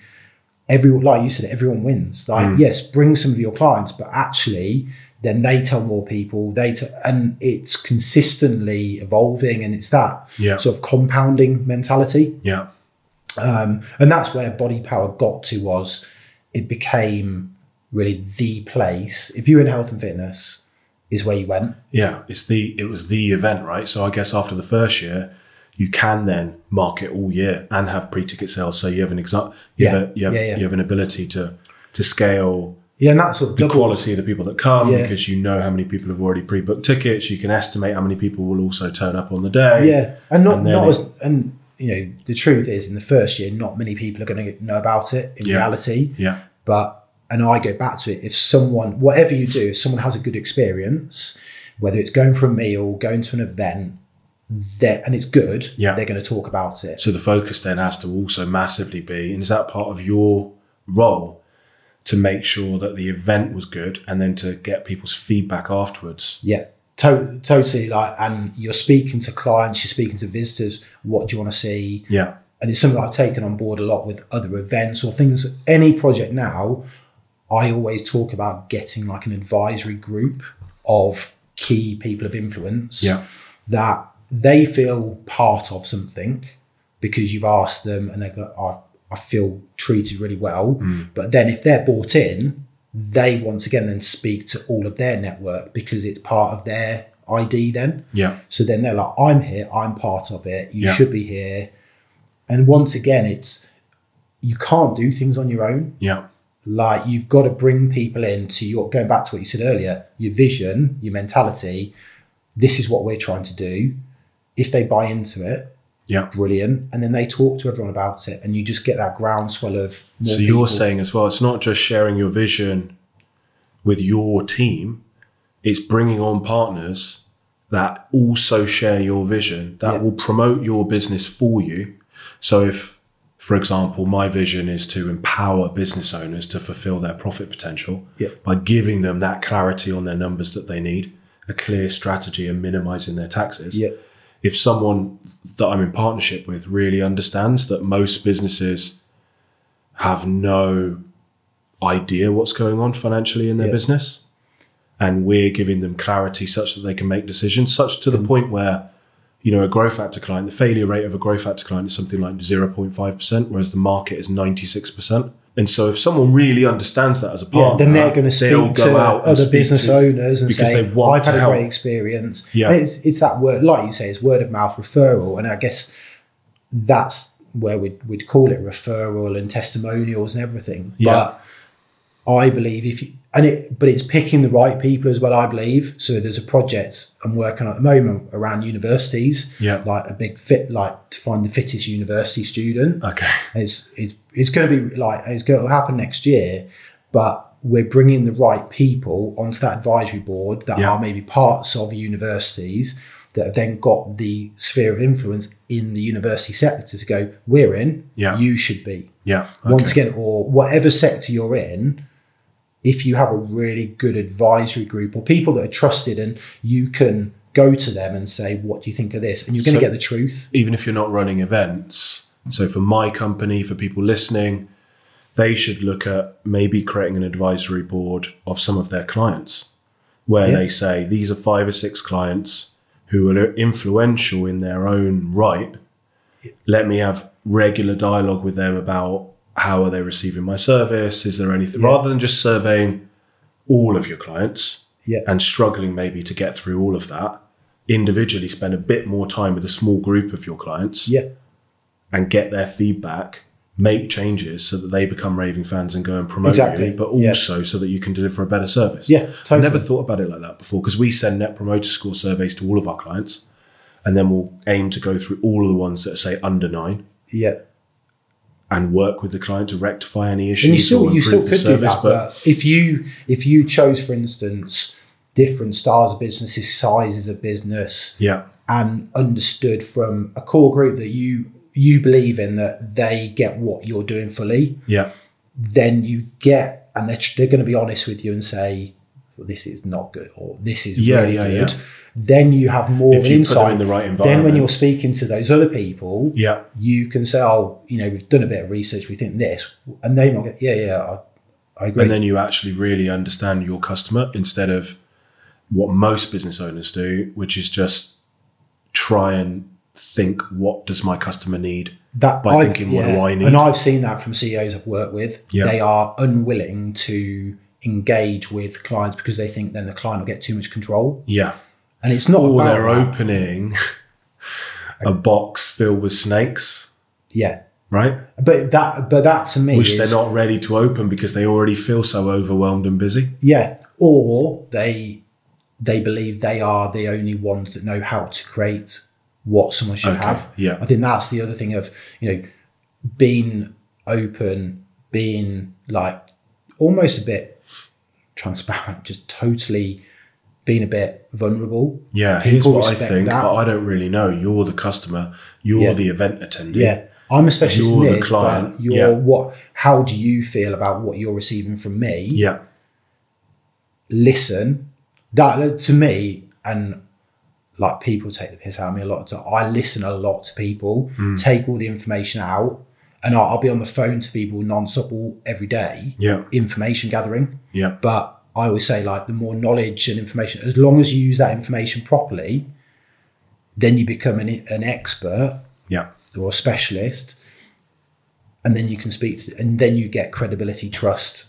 S2: every like you said, everyone wins. Like, yes, bring some of your clients, but actually, then they tell more people. They t- and it's consistently evolving, and it's that
S1: Yeah.
S2: sort of compounding mentality.
S1: Yeah.
S2: Um, and that's where body power got to was it became really the place. If you're in health and fitness, is where you went.
S1: Yeah, it's the it was the event, right? So I guess after the first year, you can then market all year and have pre-ticket sales. So you have an example, you,
S2: Yeah.
S1: have a- you have
S2: Yeah, yeah.
S1: you have an ability to to scale
S2: Yeah, and that's sort of
S1: the
S2: double.
S1: quality of the people that come
S2: Yeah.
S1: because you know how many people have already pre-booked tickets. You can estimate how many people will also turn up on the day.
S2: Yeah, and not
S1: And then
S2: not
S1: it-
S2: as and you know the truth is in the first year, not many people are going to know about it in
S1: Yeah.
S2: reality.
S1: yeah,
S2: But and I go back to it. If someone, whatever you do, if someone has a good experience, whether it's going for a meal, going to an event, that and it's good,
S1: Yeah.
S2: they're going to talk about it.
S1: So the focus then has to also massively be, and is that part of your role to make sure that the event was good and then to get people's feedback afterwards?
S2: Yeah, to- totally. Like, and you're speaking to clients, you're speaking to visitors. What do you want to see?
S1: Yeah.
S2: and it's something I've taken on board a lot with other events or things. Any project now, I always talk about getting like an advisory group of key people of influence
S1: Yeah.
S2: that they feel part of something because you've asked them and they're like, I, I feel treated really well. But then if they're bought in, they once again then speak to all of their network because it's part of their ID then.
S1: Yeah.
S2: So then they're like, I'm here, I'm part of it, you
S1: Yeah.
S2: should be here. And once again, it's you can't do things on your own.
S1: Yeah.
S2: Like you've got to bring people into your going back to what you said earlier, your vision, your mentality, this is what we're trying to do. If they buy into it,
S1: Yeah.
S2: brilliant. And then they talk to everyone about it and you just get that groundswell of more
S1: So you're
S2: people.
S1: saying as well, it's not just sharing your vision with your team, it's bringing on partners that also share your vision that
S2: Yeah.
S1: will promote your business for you. So if, for example, my vision is to empower business owners to fulfill their profit potential
S2: Yeah.
S1: by giving them that clarity on their numbers that they need, a clear strategy, and minimizing their taxes
S2: Yeah.
S1: if someone that I'm in partnership with really understands that most businesses have no idea what's going on financially in their
S2: Yeah.
S1: business, and we're giving them clarity such that they can make decisions, such to the
S2: Mm.
S1: point where you know a growth factor client, the failure rate of a growth factor client is something like 0.5%, whereas the market is 96%. And so, if someone really understands that as a
S2: Yeah,
S1: partner,
S2: then they're going to
S1: they'll
S2: speak
S1: go
S2: to
S1: out and
S2: other
S1: speak
S2: business
S1: to-
S2: owners and
S1: because
S2: say,
S1: they want
S2: "I've had
S1: to
S2: a
S1: help."
S2: great experience."
S1: Yeah.
S2: And it's it's that word, like you say, it's word of mouth referral, and I guess that's where we'd we'd call it referral and testimonials and everything.
S1: Yeah.
S2: But I believe if you and it, but it's picking the right people as well. I believe so. There's a project I'm working on at the moment around universities.
S1: Yeah.
S2: like a big fit, like to find the fittest university student.
S1: Okay.
S2: It's it's it's going to be like it's going to happen next year, but we're bringing the right people onto that advisory board that
S1: Yeah.
S2: are maybe parts of universities that have then got the sphere of influence in the university sector to go. We're in.
S1: Yeah.
S2: you should be
S1: Yeah.
S2: once
S1: okay.
S2: again, or whatever sector you're in, if you have a really good advisory group or people that are trusted, and you can go to them and say, "What do you think of this?" and you're going
S1: So-
S2: to get the truth.
S1: even if you're not running events. So for my company, for people listening, they should look at maybe creating an advisory board of some of their clients where
S2: Yeah.
S1: they say these are five or six clients who are influential in their own right. Let me have regular dialogue with them about how are they receiving my service? Is there anything rather than just surveying all of your clients?
S2: Yeah,
S1: and struggling maybe to get through all of that, individually spend a bit more time with a small group of your clients
S2: yeah,
S1: and get their feedback, make changes so that they become raving fans and go and promote
S2: Exactly,
S1: you, but
S2: yeah.
S1: also so that you can deliver a better service.
S2: Yeah,
S1: I
S2: totally.
S1: never thought about it like that before because we send net promoter score surveys to all of our clients and then we'll aim to go through all of the ones that say under nine
S2: yeah.
S1: and work with the client to rectify any issues
S2: And you still
S1: or
S2: you
S1: improve
S2: still
S1: the
S2: could
S1: service.
S2: do that, but, if you if you chose, for instance, different styles of businesses, sizes of business,
S1: yeah,
S2: and understood from a core group that you you believe in that they get what you're doing fully.
S1: yeah,
S2: then you get and they're, they're going to be honest with you and say well, this is not good or this is
S1: Yeah,
S2: really
S1: yeah,
S2: good
S1: yeah.
S2: then you have more
S1: If
S2: of an
S1: you put them
S2: insight
S1: in the right
S2: then when
S1: environment.
S2: you're speaking to those other people
S1: yeah,
S2: you can say oh you know we've done a bit of research we think this and they might go yeah yeah i, I agree
S1: and then you actually really understand your customer instead of what most business owners do which is just try and think what does my customer need
S2: that
S1: by thinking, what do I need?
S2: And I've seen that from CEOs I've worked with.
S1: Yeah.
S2: They are unwilling to engage with clients because they think then the client will get too much control.
S1: yeah
S2: And it's not
S1: or
S2: about
S1: they're
S2: that.
S1: opening [LAUGHS] a box filled with snakes
S2: Yeah.
S1: right
S2: But that but that to me
S1: which
S2: is
S1: they're not ready to open because they already feel so overwhelmed and busy
S2: Yeah, or they they believe they are the only ones that know how to create what someone should
S1: Okay,
S2: have.
S1: yeah.
S2: I think that's the other thing of you know being open, [LAUGHS] being like almost a bit transparent, just totally being a bit vulnerable.
S1: Yeah,
S2: People
S1: here's what I
S2: respect
S1: think,
S2: that.
S1: but I don't really know. You're the customer. You're
S2: Yeah.
S1: the event attendee.
S2: Yeah. I'm a specialist
S1: You're
S2: in
S1: the
S2: this,
S1: client,
S2: but you're
S1: yeah.
S2: what? How do you feel about what you're receiving from me?
S1: yeah,
S2: Listen, that that to me, and like people take the piss out of me a lot. So I listen a lot to people,
S1: Hmm.
S2: take all the information out, and I'll, I'll be on the phone to people non-stop all every day,
S1: yeah,
S2: information gathering.
S1: yeah,
S2: But I always say, like, the more knowledge and information, as long as you use that information properly, then you become an, an expert
S1: yeah,
S2: or a specialist, and then you can speak to, and then you get credibility, trust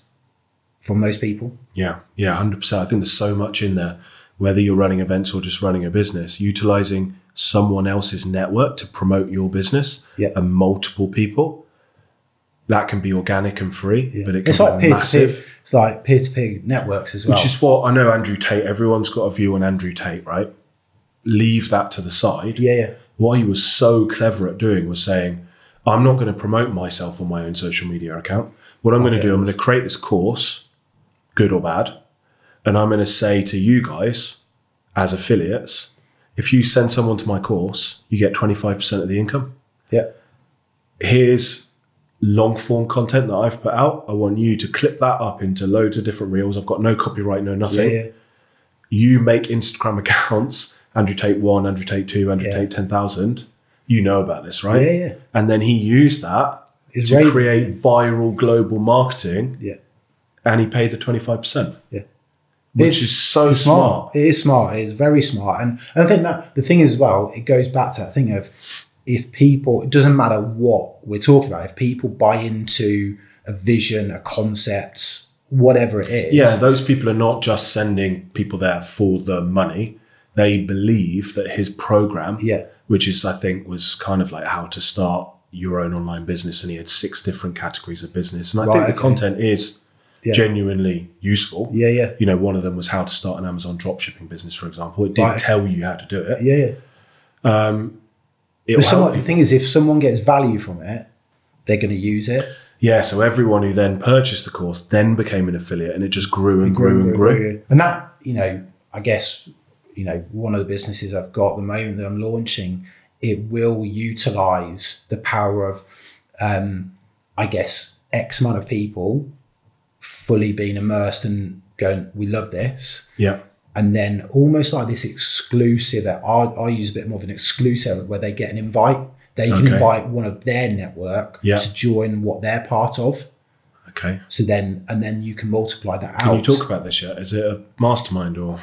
S2: from those people.
S1: yeah, yeah. Hundred percent. I think there's so much in there. Whether you're running events or just running a business, utilizing someone else's network to promote your business
S2: Yeah.
S1: and multiple people, that can be organic and free, but it can
S2: it's like
S1: be
S2: peer to
S1: massive.
S2: peer. It's like peer to peer networks as well.
S1: Which is what I know Andrew Tate, everyone's got a view on Andrew Tate, right? Leave that to the side.
S2: yeah, yeah,
S1: What he was so clever at doing was saying, I'm not going to promote myself on my own social media account. What I'm going to do, I'm going to create this course, good or bad, and I'm going to say to you guys as affiliates, if you send someone to my course, you get 25% of the income
S2: yeah,
S1: here's long form content that I've put out. I want you to clip that up into loads of different reels. I've got no copyright, no
S2: yeah,
S1: nothing.
S2: yeah.
S1: You make Instagram accounts, [LAUGHS] Andrew Tate 1, Andrew Tate 2, Andrew
S2: Yeah.
S1: Tate 10,000. You know about this, right?
S2: Yeah, yeah.
S1: And then he used that
S2: It's
S1: to
S2: ra-
S1: create viral global marketing
S2: yeah.
S1: and he paid the 25%.
S2: Yeah.
S1: Which
S2: It's-
S1: is so
S2: It's
S1: smart.
S2: It is smart. It is very smart. And and I think that the thing is, as well, it goes back to that thing of if people, it doesn't matter what we're talking about, if people buy into a vision, a concept, whatever it is,
S1: Yeah, those people are not just sending people there for the money. They believe that his program,
S2: Yeah.
S1: which is I think was kind of like how to start your own online business, and he had six different categories of business. And I think
S2: Right,
S1: the
S2: okay.
S1: content is
S2: Yeah.
S1: genuinely useful.
S2: yeah, yeah,
S1: You know, one of them was how to start an Amazon dropshipping business, for example. It didn't
S2: Right.
S1: tell you how to do it.
S2: yeah, yeah.
S1: It'll
S2: But
S1: help
S2: someone, the
S1: people.
S2: thing is, if someone gets value from it, they're going to use it.
S1: Yeah, so everyone who then purchased the course then became an affiliate, and it just grew and grew, and grew.
S2: And that, you know, I guess, you know, one of the businesses I've got at the moment that I'm launching, it will utilize the power of, um, I guess, X amount of people fully being immersed and going, we love this
S1: Yeah,
S2: and then almost like this exclusive I, I use a bit more of an exclusive where they get an invite they can
S1: Okay.
S2: invite one of their network
S1: Yeah.
S2: to join what they're part of
S1: okay.
S2: so then and then you can multiply that
S1: Can you
S2: out
S1: talk about this yet? Is it a mastermind, or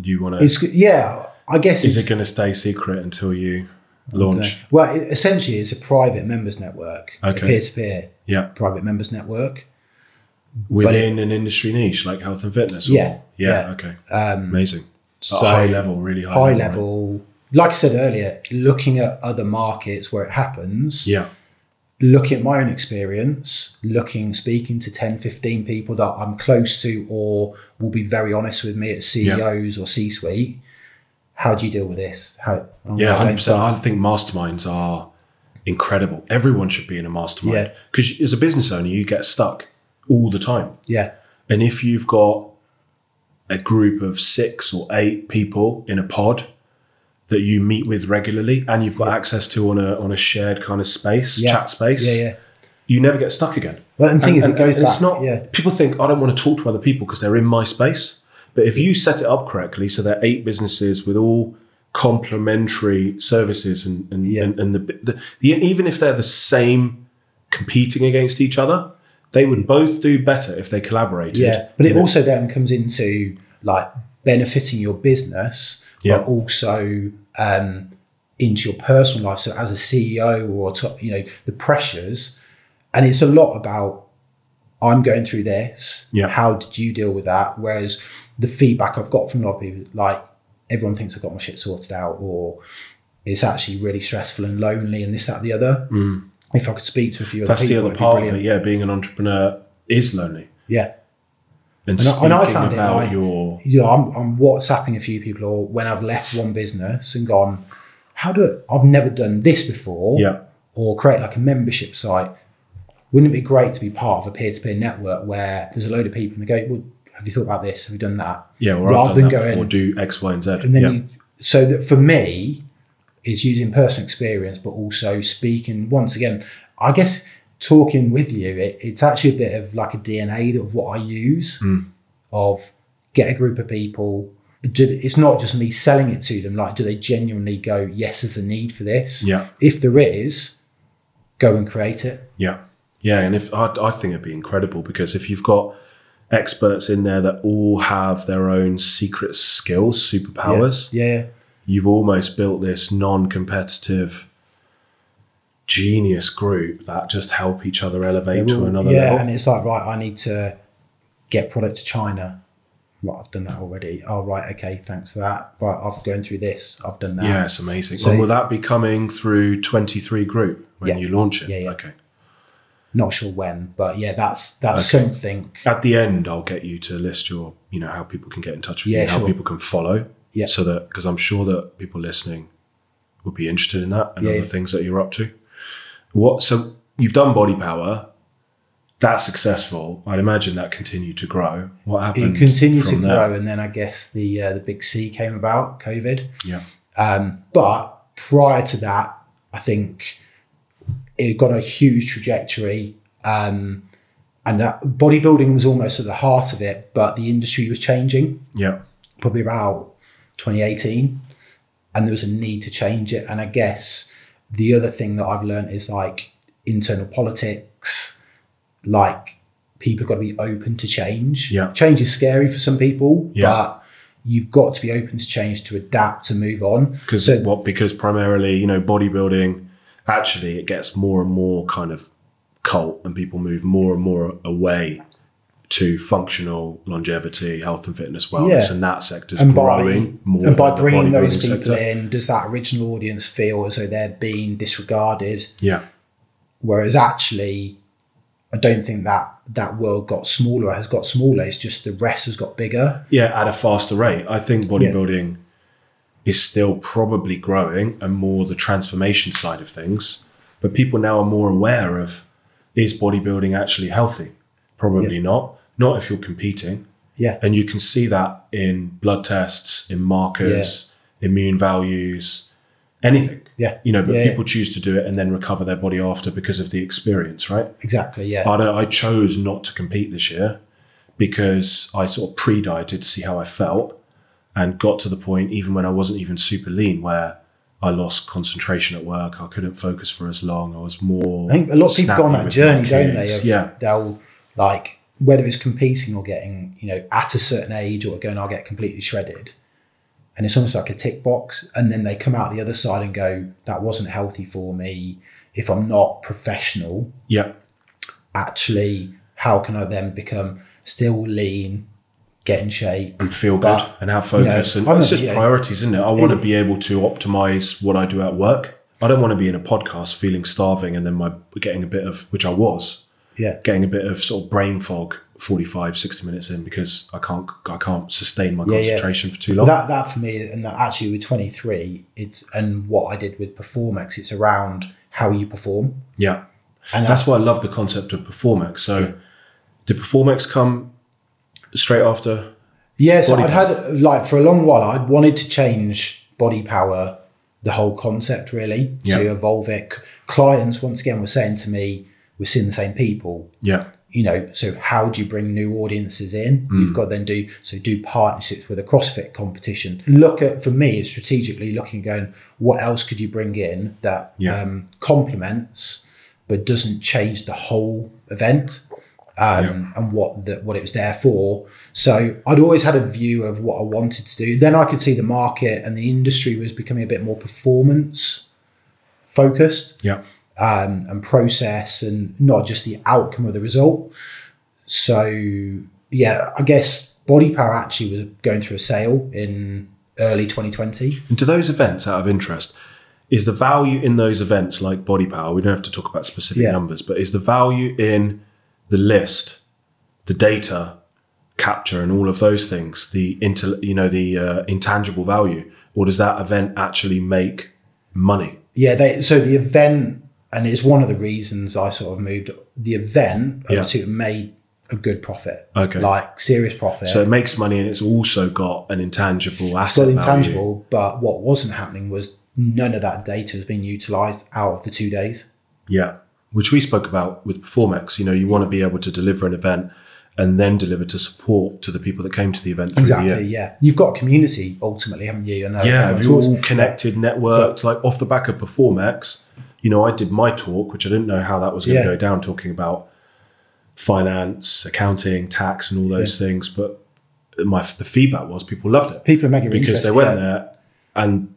S1: do you want to?
S2: it's yeah i guess
S1: Is
S2: it's
S1: it going to stay secret until you launch?
S2: well it, essentially it's a private members network a
S1: Okay.
S2: peer-to-peer
S1: Yeah,
S2: private members network
S1: within an industry niche like health and fitness. Or,
S2: Yeah,
S1: yeah,
S2: yeah.
S1: okay,
S2: um
S1: amazing. So
S2: so
S1: high level, really high,
S2: high
S1: level. right?
S2: level like i said earlier looking at other markets where it happens
S1: Yeah,
S2: looking at my own experience, looking, speaking to 10, 15 people that I'm close to or will be very honest with me at CEOs or C suite, how do you deal with this? How, oh,
S1: yeah,
S2: I
S1: hundred
S2: don't-
S1: percent. I think masterminds are incredible. Everyone should be in a mastermind
S2: Yeah.
S1: because as a business owner, you get stuck all the time.
S2: Yeah,
S1: And if you've got a group of six or eight people in a pod that you meet with regularly, and you've got access to on a on a shared kind of space,
S2: Yeah.
S1: chat space,
S2: yeah, yeah.
S1: you never get stuck again.
S2: Well, and the thing is, it
S1: and,
S2: goes
S1: and
S2: back.
S1: it's not.
S2: yeah,
S1: People think I don't want to talk to other people because they're in my space. But if you set it up correctly, so there are eight businesses with all complementary services, and and,
S2: Yeah.
S1: and, and the, the, the even if they're the same, competing against each other, they would both do better if they collaborated.
S2: yeah. But it
S1: Yeah.
S2: also then comes into like benefiting your business,
S1: Yeah.
S2: but also um, into your personal life. So as a CEO or top, you know, the pressures, and it's a lot about I'm going through this.
S1: Yeah.
S2: How did you deal with that? Whereas the feedback I've got from a lot of people, like everyone thinks I've got my shit sorted out, or it's actually really stressful and lonely, and this, that, the other. If I could speak to a few other
S1: Mm. That's the
S2: people,
S1: other
S2: it'd be
S1: part of
S2: brilliant.
S1: it. Yeah, being an entrepreneur is lonely.
S2: Yeah.
S1: And,
S2: And I-
S1: speaking
S2: and I found it
S1: about
S2: like-
S1: your
S2: you know, I'm, I'm WhatsApping a few people, or when I've left one business and gone, how do I've never done this before,
S1: Yeah.
S2: or create like a membership site. Wouldn't it be great to be part of a peer-to-peer network where there's a load of people and they go, well, have you thought about this? Have you done that?
S1: Yeah, or I've
S2: Rather
S1: done
S2: than
S1: that
S2: going-
S1: before, do X, Y, and Z.
S2: And then
S1: yeah.
S2: you, so that for me is using personal experience, but also speaking once again, I guess talking with you, it, it's actually a bit of like a DNA of what I use
S1: Hmm.
S2: of get a group of people. Do, it's not just me selling it to them. Like, do they genuinely go, yes, there's a need for this?
S1: Yeah.
S2: If there is, go and create it.
S1: Yeah, yeah, and if I, I think it'd be incredible because if you've got experts in there that all have their own secret skills, superpowers,
S2: Yeah.
S1: you've almost built this non-competitive genius group that just help each other elevate to
S2: Well,
S1: another
S2: yeah,
S1: level.
S2: and it's like right, I need to get product to China. Right, I've done that already. Oh right, okay, thanks for that. Right, I've gone through this. I've done that.
S1: yeah, it's amazing.
S2: uh, So-
S1: and will that be coming through 23 Group when
S2: Yeah.
S1: you launch it?
S2: Yeah, yeah.
S1: Okay.
S2: Not sure when, but yeah, that's that's something.
S1: At the end, I'll get you to list your, you know, how people can get in touch with
S2: Yeah,
S1: you, and how
S2: sure.
S1: people can follow.
S2: Yeah.
S1: So that, because I'm sure that people listening would be interested in that and
S2: Yeah,
S1: other
S2: yeah.
S1: things that you're up to. What, so you've done Body Power. That's successful. I'd imagine that continued to grow. What
S2: It
S1: happened?
S2: continued to
S1: from there?
S2: grow, and then I guess the uh, the big C came about, COVID.
S1: Yeah.
S2: Um, but prior to that, I think it got on a huge trajectory. Um, and that bodybuilding was almost at the heart of it, but the industry was changing.
S1: Yeah.
S2: probably about 2018 and there was a need to change it and i guess the other thing that i've learned is like internal politics like people have got to be open to change
S1: Yeah.
S2: change is scary for some people
S1: Yeah.
S2: but you've got to be open to change to adapt to move on
S1: Because
S2: So-
S1: what? Because primarily, you know, bodybuilding. Actually, it gets more and more kind of cult, and people move more and more away to functional longevity, health and fitness, wellness,
S2: Yeah.
S1: and that sector's
S2: and by
S1: growing more.
S2: and by
S1: than the
S2: bringing
S1: bodybuilding
S2: those people
S1: sector.
S2: in does that original audience feel as though they're being disregarded
S1: yeah,
S2: Whereas actually, I don't think that that world got smaller has got smaller. It's just the rest has got bigger.
S1: yeah, at a faster rate. I think bodybuilding is still probably growing, and more the transformation side of things. But people now are more aware of is bodybuilding actually healthy? Probably not. Not if you're competing.
S2: Yeah,
S1: And you can see that in blood tests, in markers, immune values, anything.
S2: Yeah.
S1: You know, but
S2: Yeah, yeah.
S1: people choose to do it and then recover their body after because of the experience, right?
S2: exactly. Yeah,
S1: I, don't, I chose not to compete this year because I sort of pre dieted to see how I felt and got to the point, even when I wasn't even super lean, where I lost concentration at work. I couldn't focus for as long. I was more.
S2: I think a lot of people go on
S1: snappy
S2: that
S1: with my
S2: journey, don't they?
S1: kids.
S2: Of
S1: yeah.
S2: they'll like whether it's competing or getting you know at a certain age or going, I'll get completely shredded. And it's almost like a tick box, and then they come out the other side and go, "That wasn't healthy for me. If I'm not professional,
S1: Yeah.
S2: actually, how can I then become still lean, get in shape,
S1: and feel good
S2: But,
S1: and have focus.
S2: you know,
S1: and
S2: I
S1: it's
S2: know,
S1: just
S2: yeah.
S1: priorities, isn't it? I want to be able to optimize what I do at work. I don't want to be in a podcast feeling starving and then my getting a bit of, which I was,
S2: Yeah.
S1: getting a bit of sort of brain fog 45, 60 minutes in because I can't, I can't sustain my
S2: yeah.
S1: concentration for too long.
S2: That that for me, and that actually with 23, it's and what I did with Performex, it's around how you perform.
S1: yeah.
S2: And
S1: That's why I love the concept of Performex. So did Performex come straight after?
S2: Yeah, so
S1: Body
S2: I'd had like for a long while I'd wanted to change body power, the whole concept really, to
S1: Yeah.
S2: evolve it. C- Clients once again were saying to me, we're seeing the same people.
S1: Yeah.
S2: You know, so how do you bring new audiences in? You've got to then do so do partnerships with a CrossFit competition. Look at for me it's strategically looking going, what else could you bring in that
S1: Yeah.
S2: um, complements but doesn't change the whole event? um, and what the, what it was there for. So I'd always had a view of what I wanted to do. Then I could see the market and the industry was becoming a bit more performance focused
S1: Yeah.
S2: um, and process, and not just the outcome of the result. So yeah, I guess Body Power actually was going through a sale in early 2020.
S1: And to those events, out of interest, is the value in those events like body power? We don't have to talk about specific
S2: Yeah.
S1: numbers, but is the value in the list, the data capture, and all of those things the intel, you know the uh, intangible value, or does that event actually make money?
S2: Yeah, they, so the event, and it's one of the reasons I sort of moved. The event
S1: Yeah.
S2: to made a good profit.
S1: Okay.
S2: Like serious profit.
S1: So it makes money and it's also got an intangible asset.
S2: well
S1: value.
S2: intangible, but what wasn't happening was none of that data was being utilized out of the two days.
S1: Yeah. Which we spoke about with Performex. You know, you want to be able to deliver an event and then deliver to support to the people that came to the event. through the
S2: Exactly.
S1: year.
S2: Yeah. You've got a community ultimately, haven't you? And uh,
S1: Yeah.
S2: everyone
S1: Have you
S2: talks-
S1: all connected, networked, like off the back of Performex? You know, I did my talk, which I didn't know how that was going
S2: Yeah.
S1: to go down, talking about finance, accounting, tax, and all those things. But my the feedback was people loved it
S2: People are mega
S1: because they
S2: interested,
S1: went
S2: yeah.
S1: there and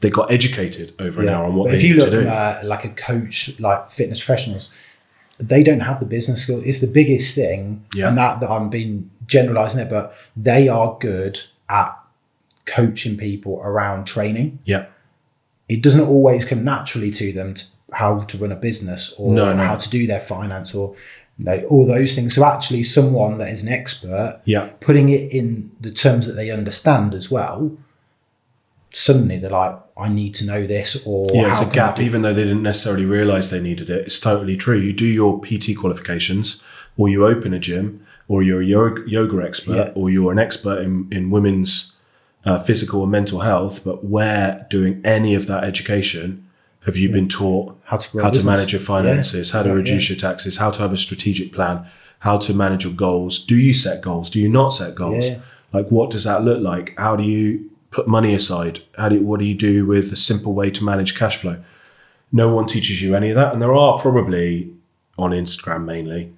S1: they got educated over an
S2: Yeah.
S1: hour on what
S2: but
S1: they
S2: if you
S1: need
S2: look
S1: to
S2: from
S1: do.
S2: uh, like a coach, like fitness professionals, they don't have the business skill. It's the biggest thing,
S1: Yeah.
S2: and that that I'm being generalizing it, but they are good at coaching people around training.
S1: yeah.
S2: It doesn't always come naturally to them to how to run a business or
S1: No, no.
S2: how to do their finance or you know all those things. So actually, someone that is an expert,
S1: Yeah.
S2: putting it in the terms that they understand as well. Suddenly, they're like, "I need to know this," or
S1: Yeah, it's
S2: "How
S1: a
S2: can I
S1: gap,
S2: do
S1: even though they didn't necessarily realize they needed it. It's totally true. You do your PT qualifications, or you open a gym, or you're a yoga, yoga expert, or you're an expert in, in women's uh, physical and mental health. But where doing any of that education have you been taught
S2: How to grow a
S1: how to
S2: business.
S1: manage your finances, how to
S2: exactly,
S1: reduce your taxes, how to have a strategic plan, how to manage your goals? Do you set goals? Do you not set goals?
S2: Yeah.
S1: Like, what does that look like? How do you put money aside? How do what do you do with a simple way to manage cash flow? no one teaches you any of that. And there are probably on Instagram mainly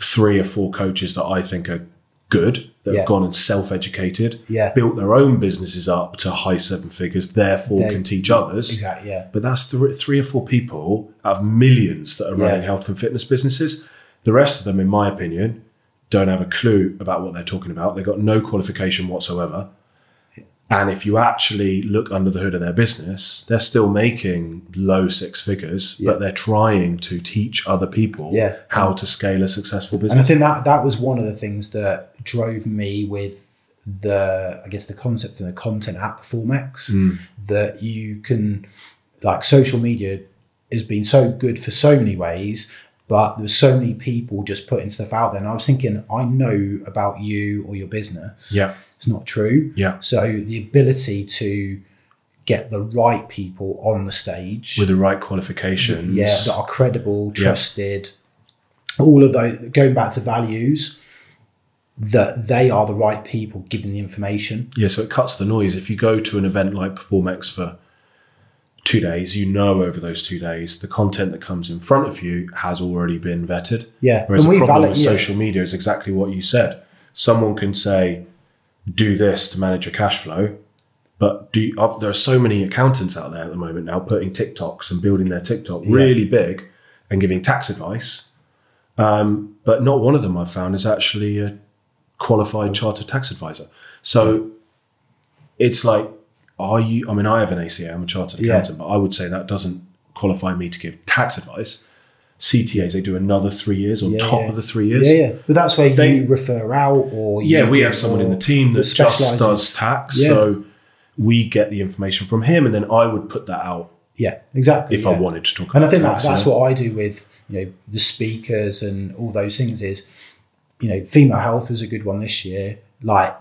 S1: three or four coaches that I think are good that
S2: Yeah.
S1: have gone and self educated,
S2: Yeah.
S1: built their own businesses up to high seven figures, therefore
S2: They-
S1: can teach others.
S2: Exactly. Yeah.
S1: But that's th- three or four people out of millions that are running
S2: Yeah.
S1: health and fitness businesses. The rest of them, in my opinion, don't have a clue about what they're talking about. They've got no qualification whatsoever. And if you actually look under the hood of their business, they're still making low six figures,
S2: Yeah.
S1: but they're trying to teach other people
S2: Yeah.
S1: how to scale a successful
S2: And I
S1: business.
S2: think that that was one of the things that drove me with the I guess the concept and the content app Formex that you can like social media has been so good for so many ways, but there were so many people just putting stuff out there. And I was thinking, I know about you or your business.
S1: Yeah.
S2: It's not true.
S1: Yeah.
S2: So the ability to get the right people on the stage
S1: With the right qualifications.
S2: yeah, that are credible, trusted. All of those going back to values, that they are the right people giving the information.
S1: Yeah, so it cuts the noise. If you go to an event like Performex for two days, you know over those two days the content that comes in front of you has already been vetted.
S2: Yeah,
S1: Whereas
S2: and
S1: the
S2: we
S1: problem
S2: valid-
S1: with
S2: yeah.
S1: social media is exactly what you said. Someone can say, "Do this to manage your cash flow," but do you, I've, there are so many accountants out there at the moment now putting TikToks and building their TikTok really big and giving tax advice. Um, but not one of them I've found is actually a qualified chartered tax advisor. So it's like, are you? I mean, I have an ACA, I'm a chartered
S2: Yeah.
S1: accountant, but I would say that doesn't qualify me to give tax advice. CTAs, they do another three years on
S2: Yeah,
S1: top
S2: yeah.
S1: of the three years.
S2: Yeah, yeah. But that's where
S1: They-
S2: you refer out, or you
S1: Yeah, we
S2: give
S1: have someone in
S2: your-
S1: the team that just
S2: specialises.
S1: does tax.
S2: Yeah.
S1: So we get the information from him, and then I would put that out
S2: Yeah, exactly.
S1: if I
S2: yeah.
S1: wanted to talk about
S2: And I think that,
S1: tax.
S2: that's
S1: So-
S2: what I do with you know the speakers and all those things is, you know, female health was a good one this year. Like,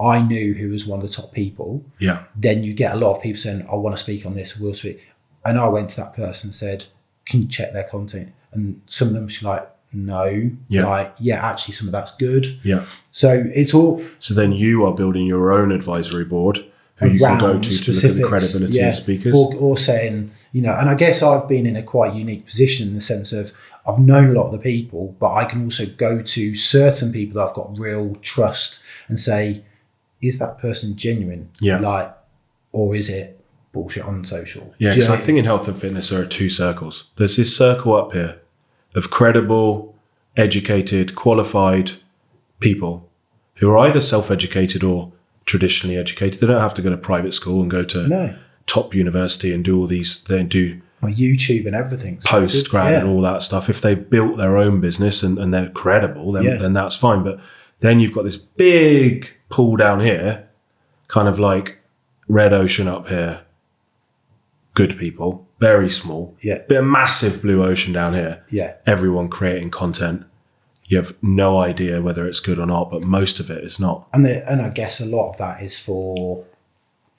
S2: I knew who was one of the top people.
S1: Yeah,
S2: then you get a lot of people saying, I want to speak on this, we'll speak. And I went to that person and said, Can you check their content? And some of them she's like, No.
S1: Yeah.
S2: Like, yeah, actually some of that's good.
S1: yeah.
S2: So it's all
S1: So then you are building your own advisory board who you can go
S2: around
S1: to to look at the
S2: specifics,
S1: credibility
S2: yeah,
S1: of speakers.
S2: Or, or saying, you know, and I guess I've been in a quite unique position in the sense of I've known a lot of the people, but I can also go to certain people that I've got real trust and say, is that person genuine?
S1: Yeah.
S2: Like, or is it bullshit on social?
S1: Yeah,
S2: Do you
S1: because I
S2: know what mean?
S1: think in health and fitness there are two circles. There's this circle up here of credible, educated, qualified people who are either self-educated or traditionally educated. They don't have to go to private school and go to
S2: No.
S1: top university and do all these. They do
S2: Well, YouTube and everything. So
S1: post grad
S2: yeah.
S1: and all that stuff. If they've built their own business and, and they're credible, then,
S2: Yeah.
S1: then that's fine. But then you've got this big pool down here, kind of like red ocean up here, good people, very small.
S2: Yeah.
S1: Bit of massive blue ocean down here.
S2: Yeah.
S1: Everyone creating content, you have no idea whether it's good or not, but most of it is not.
S2: And the, and I guess a lot of that is for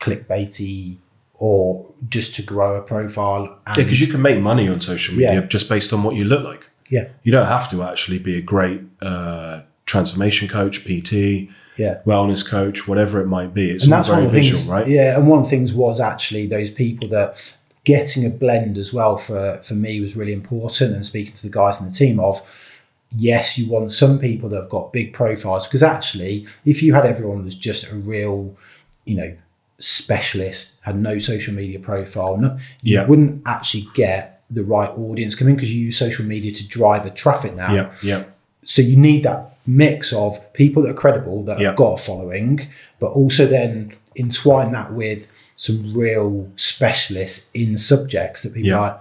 S2: clickbaity or just to grow a profile. And,
S1: Yeah, because you can make money on social media
S2: Yeah.
S1: just based on what you look like.
S2: yeah,
S1: You don't have to actually be a great uh, transformation coach, PT,
S2: yeah.
S1: wellness coach, whatever it might be. It's
S2: And
S1: all
S2: that's
S1: very
S2: one of the
S1: visual,
S2: things,
S1: right?
S2: yeah. And one of the things was actually those people that getting a blend as well for for me was really important. And speaking to the guys in the team of, yes, you want some people that have got big profiles because actually, if you had everyone that's just a real, you know, specialist had no social media profile, no, you
S1: Yeah.
S2: wouldn't actually get the right audience coming because you use social media to drive a traffic now.
S1: Yeah, yeah,
S2: so you need that mix of people that are credible that
S1: Yeah.
S2: have got a following but also then entwine that with some real specialists in subjects that people
S1: Yeah.
S2: are,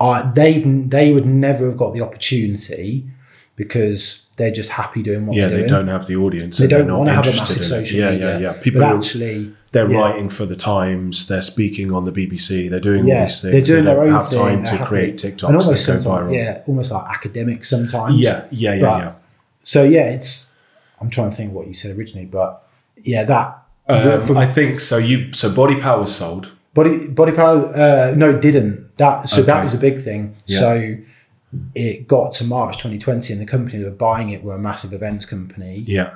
S2: are they've they would never have got the opportunity because they're just happy doing what
S1: yeah.
S2: they're
S1: They
S2: doing
S1: don't have the audience.
S2: they
S1: and they're
S2: don't
S1: not
S2: want to have a
S1: interested
S2: massive
S1: in it.
S2: social
S1: yeah,
S2: media
S1: Yeah, yeah, People
S2: but
S1: who-
S2: actually
S1: they're
S2: yeah.
S1: writing for the Times. They're speaking on the BBC. They're doing all
S2: yeah,
S1: these things.
S2: they're doing
S1: they
S2: their
S1: don't
S2: own
S1: have
S2: thing.
S1: time
S2: they're
S1: to
S2: happy.
S1: create TikToks
S2: and almost
S1: that go
S2: sometimes-
S1: viral.
S2: Yeah, almost like academics sometimes.
S1: yeah, yeah, yeah.
S2: But
S1: yeah.
S2: So yeah, it's. I'm trying to think what you said originally, but yeah, that.
S1: Um,
S2: from
S1: I think so. You so body power was sold.
S2: body body power, uh, no, didn't that. So
S1: Okay.
S2: that was a big thing.
S1: Yeah.
S2: So it got to March 2020, and the company that were buying it were a massive events company
S1: Yeah.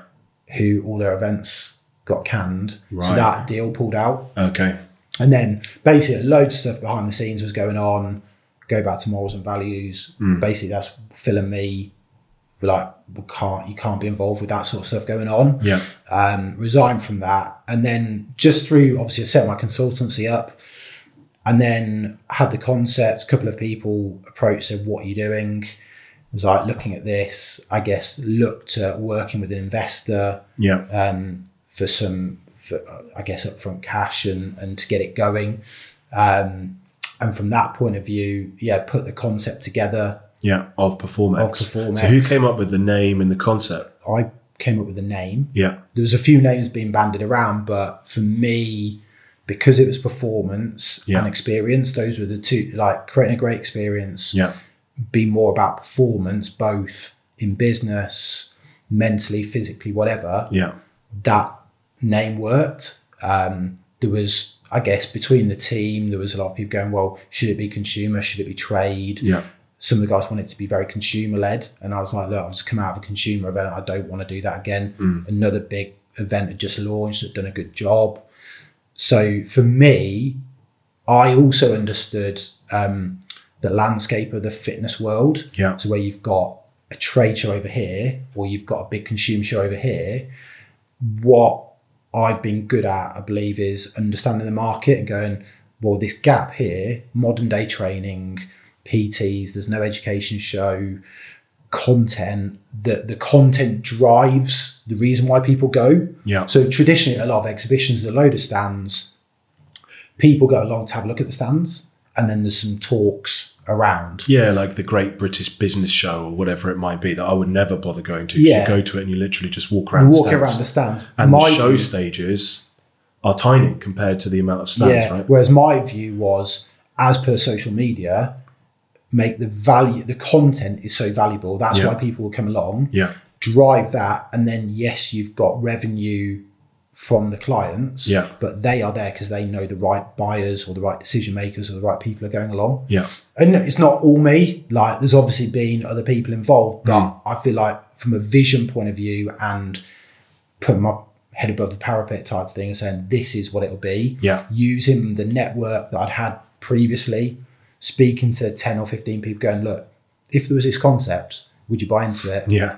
S2: who all their events got canned.
S1: Right.
S2: So that deal pulled out,
S1: Okay.
S2: and then basically loads of stuff behind the scenes was going on. Go back to morals and values.
S1: Mm.
S2: Basically, that's Phil and me. We're like, we can't you can't be involved with that sort of stuff going on
S1: Yeah.
S2: um, resigned from that, and then just through obviously I set my consultancy up, and then had the concept. A couple of people approached, said, "What are you doing?" I was like looking at this. I guess looked at working with an investor
S1: Yeah.
S2: um, for some, for, uh, I guess upfront cash and and to get it going. Um, and from that point of view, yeah, put the concept together.
S1: Yeah. Of Performex.
S2: Of Perform
S1: So who
S2: X.
S1: came up with the name and the concept?
S2: I came up with a name.
S1: Yeah.
S2: there was a few names being banded around, but for me, because it was performance
S1: Yeah.
S2: and experience, those were the two like creating a great experience,
S1: Yeah.
S2: be more about performance, both in business, mentally, physically, whatever.
S1: Yeah.
S2: That name worked. Um, there was, I guess, between the team, there was a lot of people going, well, should it be consumer? Should it be trade?
S1: Yeah.
S2: Some of the guys wanted to be very consumer led, and I was like, look, I've just come out of a consumer event. I don't want to do that again. Another big event had just launched that done a good job. So for me, I also understood um, the landscape of the fitness world.
S1: Yeah.
S2: So where you've got a trade show over here, or you've got a big consumer show over here. What I've been good at, I believe, is understanding the market and going, well, this gap here, modern day training, PTs, there's no education show, content, that the content drives the reason why people go.
S1: Yeah.
S2: So traditionally, at a lot of exhibitions, there's a load of stands. People go along to have a look at the stands, and then there's some talks around.
S1: Yeah, like the Great British Business Show or whatever it might be that I would never bother going to. 'cause
S2: Yeah.
S1: You go to it and you literally just walk
S2: You
S1: around.
S2: walk
S1: the stands.
S2: around the stand.
S1: and
S2: My
S1: the show
S2: view-
S1: stages are tiny compared to the amount of stands,
S2: yeah.
S1: right?
S2: Whereas my view was, as per social media, make the value, the content is so valuable. That's
S1: Yeah.
S2: why people will come along.
S1: Yeah.
S2: drive that and then yes you've got revenue from the clients
S1: Yeah.
S2: but they are there because they know the right buyers or the right decision makers or the right people are going along
S1: Yeah.
S2: and it's not all me like there's obviously been other people involved but
S1: Mm.
S2: i feel like from a vision point of view and putting my head above the parapet type thing and saying this is what it'll be
S1: Yeah.
S2: using the network that i'd had previously speaking to 10 or 15 people going look if there was this concept would you buy into it
S1: Yeah.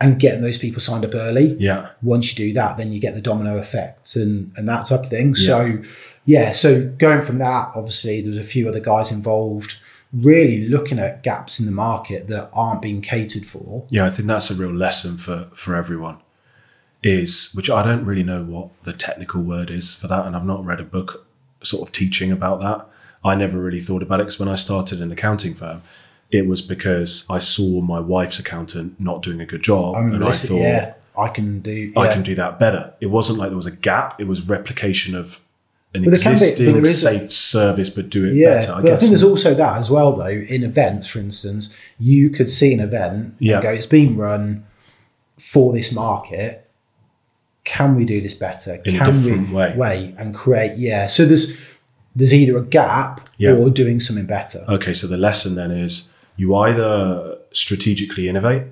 S2: and getting those people signed up early.
S1: Yeah.
S2: Once you do that, then you get the domino effect and and that type of thing. So yeah, so going from that, obviously there was a few other guys involved, really looking at gaps in the market that aren't being catered for.
S1: Yeah, I think that's a real lesson for for everyone. Is which I don't really know what the technical word is for that, and I've not read a book sort of teaching about that. I never really thought about it because when I started an accounting firm, it was because I saw my wife's accountant not doing a good job,
S2: I mean,
S1: and I
S2: listen,
S1: thought
S2: yeah, I can do.
S1: I
S2: yeah.
S1: can do that better. It wasn't like there was a gap; it was replication of an
S2: But there can be- but
S1: existing
S2: there is a-
S1: safe service, but do it
S2: Yeah,
S1: better. I
S2: but I
S1: guess.
S2: think there's also that as well, though. In events, for instance, you could see an event
S1: Yeah.
S2: and go, "It's been run for this market. Can we do this better?
S1: In a
S2: can
S1: different
S2: we
S1: way."
S2: and create? Yeah. So there's there's either a gap
S1: Yeah.
S2: or doing something better.
S1: Okay, so the lesson then is you either strategically innovate,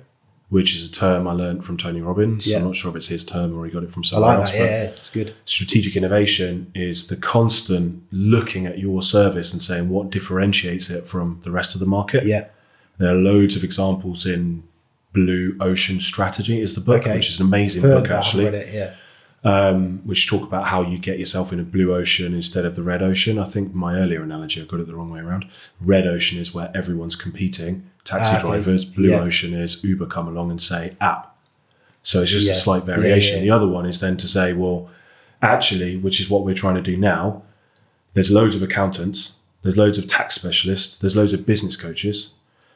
S1: which is a term I learned from Tony Robbins.
S2: Yeah.
S1: I'm not sure if it's his term or he got it from
S2: I
S1: somewhere
S2: like
S1: else.
S2: that. Yeah, it's good.
S1: strategic innovation is the constant looking at your service and saying what differentiates it from the rest of the market.
S2: Yeah,
S1: There are loads of examples in Blue Ocean Strategy is the book,
S2: Okay.
S1: which is an amazing book
S2: that, I've
S1: actually
S2: read it, yeah,
S1: um, which talk about how you get yourself in a blue ocean instead of the red ocean. I think my earlier analogy, I got it the wrong way around. Red ocean is where everyone's competing, taxi
S2: Ah, okay.
S1: drivers. Blue
S2: Yeah.
S1: ocean is Uber come along and say app. So it's just a
S2: Yeah.
S1: slight
S2: Yeah,
S1: variation.
S2: yeah,
S1: The other one is then to say, well, actually, which is what we're trying to do now, there's loads of accountants, there's loads of tax specialists, there's loads of business coaches.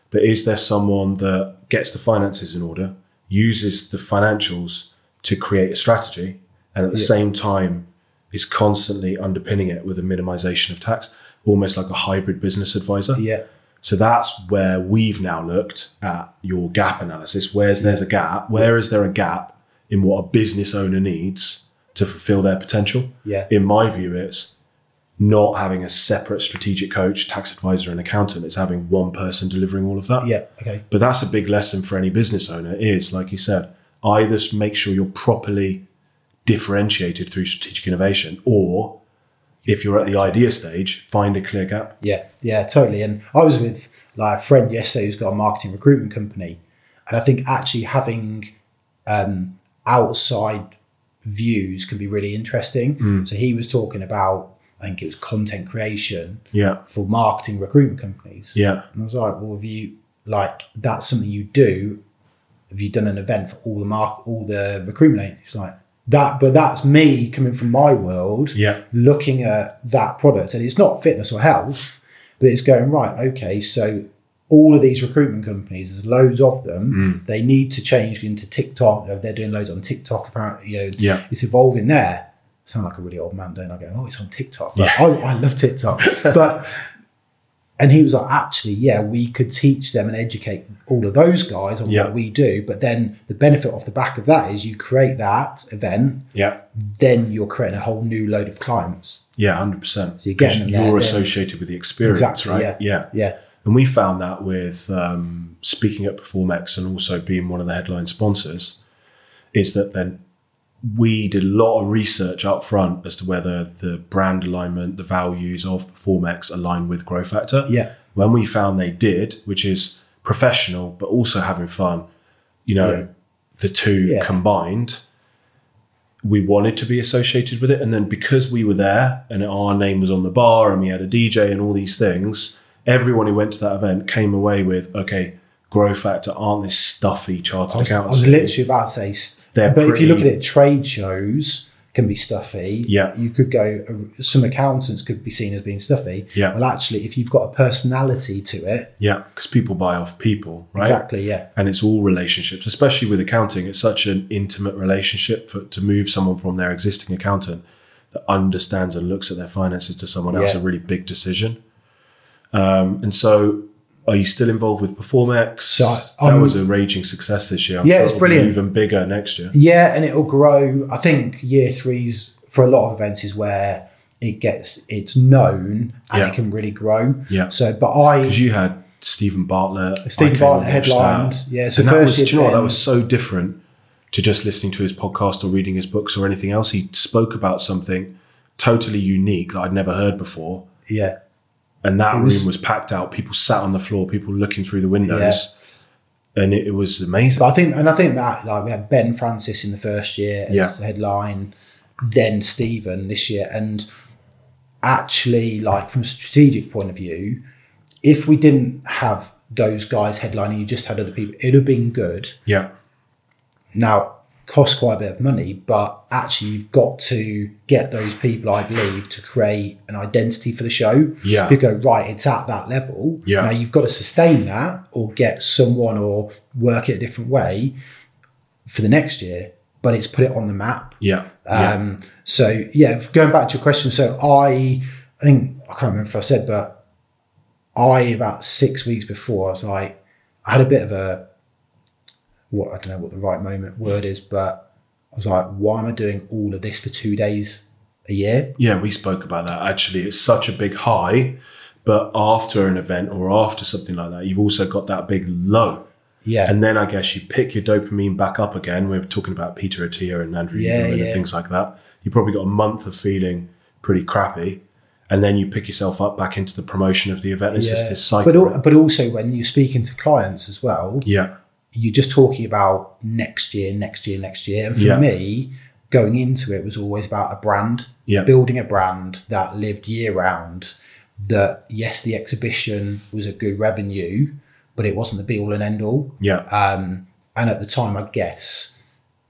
S1: But is there someone that gets the finances in order, uses the financials to create a strategy, and at the same time is constantly underpinning it with a minimization of tax, almost like a hybrid business advisor?
S2: yeah,
S1: So that's where we've now looked at your gap analysis. Where's there's a gap? Where is there a gap in what a business owner needs to fulfill their potential?
S2: Yeah.
S1: In my view, it's not having a separate strategic coach, tax advisor, and accountant. It's having one person delivering all of that.
S2: yeah. Okay,
S1: But that's a big lesson for any business owner is, like you said, either s- make sure you're properly differentiated through strategic innovation, or if you're at the idea stage, find a clear gap.
S2: Yeah, yeah, totally. And I was with like a friend yesterday who's got a marketing recruitment company, and I think actually having um, outside views can be really interesting. So he was talking about I think it was content creation
S1: Yeah.
S2: for marketing recruitment companies.
S1: Yeah.
S2: and I was like, well, have you like that's something you do? Have you done an event for all the mark all the recruitment agents? Like that, but that's me coming from my world
S1: Yeah.
S2: looking at that product and it's not fitness or health but it's going right okay so all of these recruitment companies there's loads of them
S1: Mm.
S2: they need to change into tiktok they're doing loads on tiktok apparently you know
S1: Yeah.
S2: it's evolving there sound like a really old man don't i go oh it's on tiktok but I, I love tiktok but and he was like actually yeah we could teach them and educate all of those guys on
S1: Yeah.
S2: what we do but then the benefit off the back of that is you create that event
S1: Yeah.
S2: then you're creating a whole new load of clients.
S1: Yeah, hundred percent.
S2: So you're getting them there,
S1: you're
S2: yeah.
S1: associated with the experience,
S2: Exactly,
S1: right?
S2: yeah.
S1: yeah,
S2: Yeah.
S1: And we found that with um, speaking at Performex and also being one of the headline sponsors, is that then we did a lot of research up front as to whether the brand alignment, the values of Performex align with Grow Factor.
S2: Yeah.
S1: When we found they did, which is professional but also having fun, you know,
S2: Yeah.
S1: the two
S2: Yeah.
S1: combined, we wanted to be associated with it. And then because we were there and our name was on the bar and we had a DJ and all these things, everyone who went to that event came away with, okay, Grow Factor aren't this stuffy chartered
S2: I was
S1: accountants.
S2: literally about to say, s-
S1: They're
S2: but if you look at
S1: pretty-
S2: it, trade shows can be stuffy.
S1: Yeah.
S2: You could go, uh, some accountants could be seen as being stuffy.
S1: Yeah.
S2: Well, actually, if you've got a personality to it,
S1: Yeah, because people buy off people, right?
S2: exactly, yeah.
S1: and it's all relationships, especially with accounting. It's such an intimate relationship for, to move someone from their existing accountant that understands and looks at their finances to someone else,
S2: Yeah.
S1: a really big decision. Um, and so, are you still involved with Performex? that
S2: I'm-
S1: was a raging success this year. I'm
S2: um, Yeah,
S1: sure
S2: it's
S1: it'll be
S2: brilliant.
S1: Even bigger next year.
S2: Yeah, and it'll grow. I think year threes for a lot of events is where it gets, it's known and
S1: Yeah.
S2: it can really grow.
S1: Yeah.
S2: So, but I,
S1: Because you had Stephen Bartlett. I
S2: Stephen
S1: came
S2: Bartlett
S1: and watched
S2: headlined.
S1: that.
S2: Yeah, so
S1: and that
S2: first
S1: was,
S2: year
S1: do you know what? That
S2: then-
S1: was so different to just listening to his podcast or reading his books or anything else. He spoke about something totally unique that I'd never heard before.
S2: yeah.
S1: and that
S2: was-
S1: room was packed out. People sat on the floor, people looking through the windows, and it, it was amazing.
S2: But I think, and I think that like we had Ben Francis in the first year as
S1: Yeah.
S2: headline, then Stephen this year, and actually, like from a strategic point of view, if we didn't have those guys headlining, you just had other people, it'd have been good.
S1: yeah,
S2: Now, cost quite a bit of money, but actually, you've got to get those people, I believe, to create an identity for the show.
S1: Yeah.
S2: You go, right, it's at that level.
S1: Yeah.
S2: Now, you've got to sustain that or get someone or work it a different way for the next year. but it's put it on the map.
S1: Yeah. yeah.
S2: Um, So yeah, going back to your question, so I, I think I can't remember if I said, but I about six weeks before I was like, I had a bit of a, what I don't know what the right moment word is, but I was like, why am I doing all of this for two days a year?
S1: Yeah, we spoke about that. Actually, it's such a big high, but after an event or after something like that, you've also got that big low.
S2: Yeah,
S1: And then I guess you pick your dopamine back up again. We are talking about Peter Attia and Andrew
S2: Yeah,
S1: Huberman
S2: yeah.
S1: and things like that. You probably got a month of feeling pretty crappy. And then you pick yourself up back into the promotion of the event. It's just
S2: Yeah.
S1: this cycle.
S2: but al- but also when you're speaking to clients as well,
S1: yeah.
S2: you're just talking about next year, next year, next year. And for
S1: Yeah.
S2: me, going into it was always about a brand,
S1: Yeah.
S2: building a brand that lived year round. That yes, the exhibition was a good revenue, but it wasn't the be all and end all.
S1: Yeah.
S2: Um, and at the time, I guess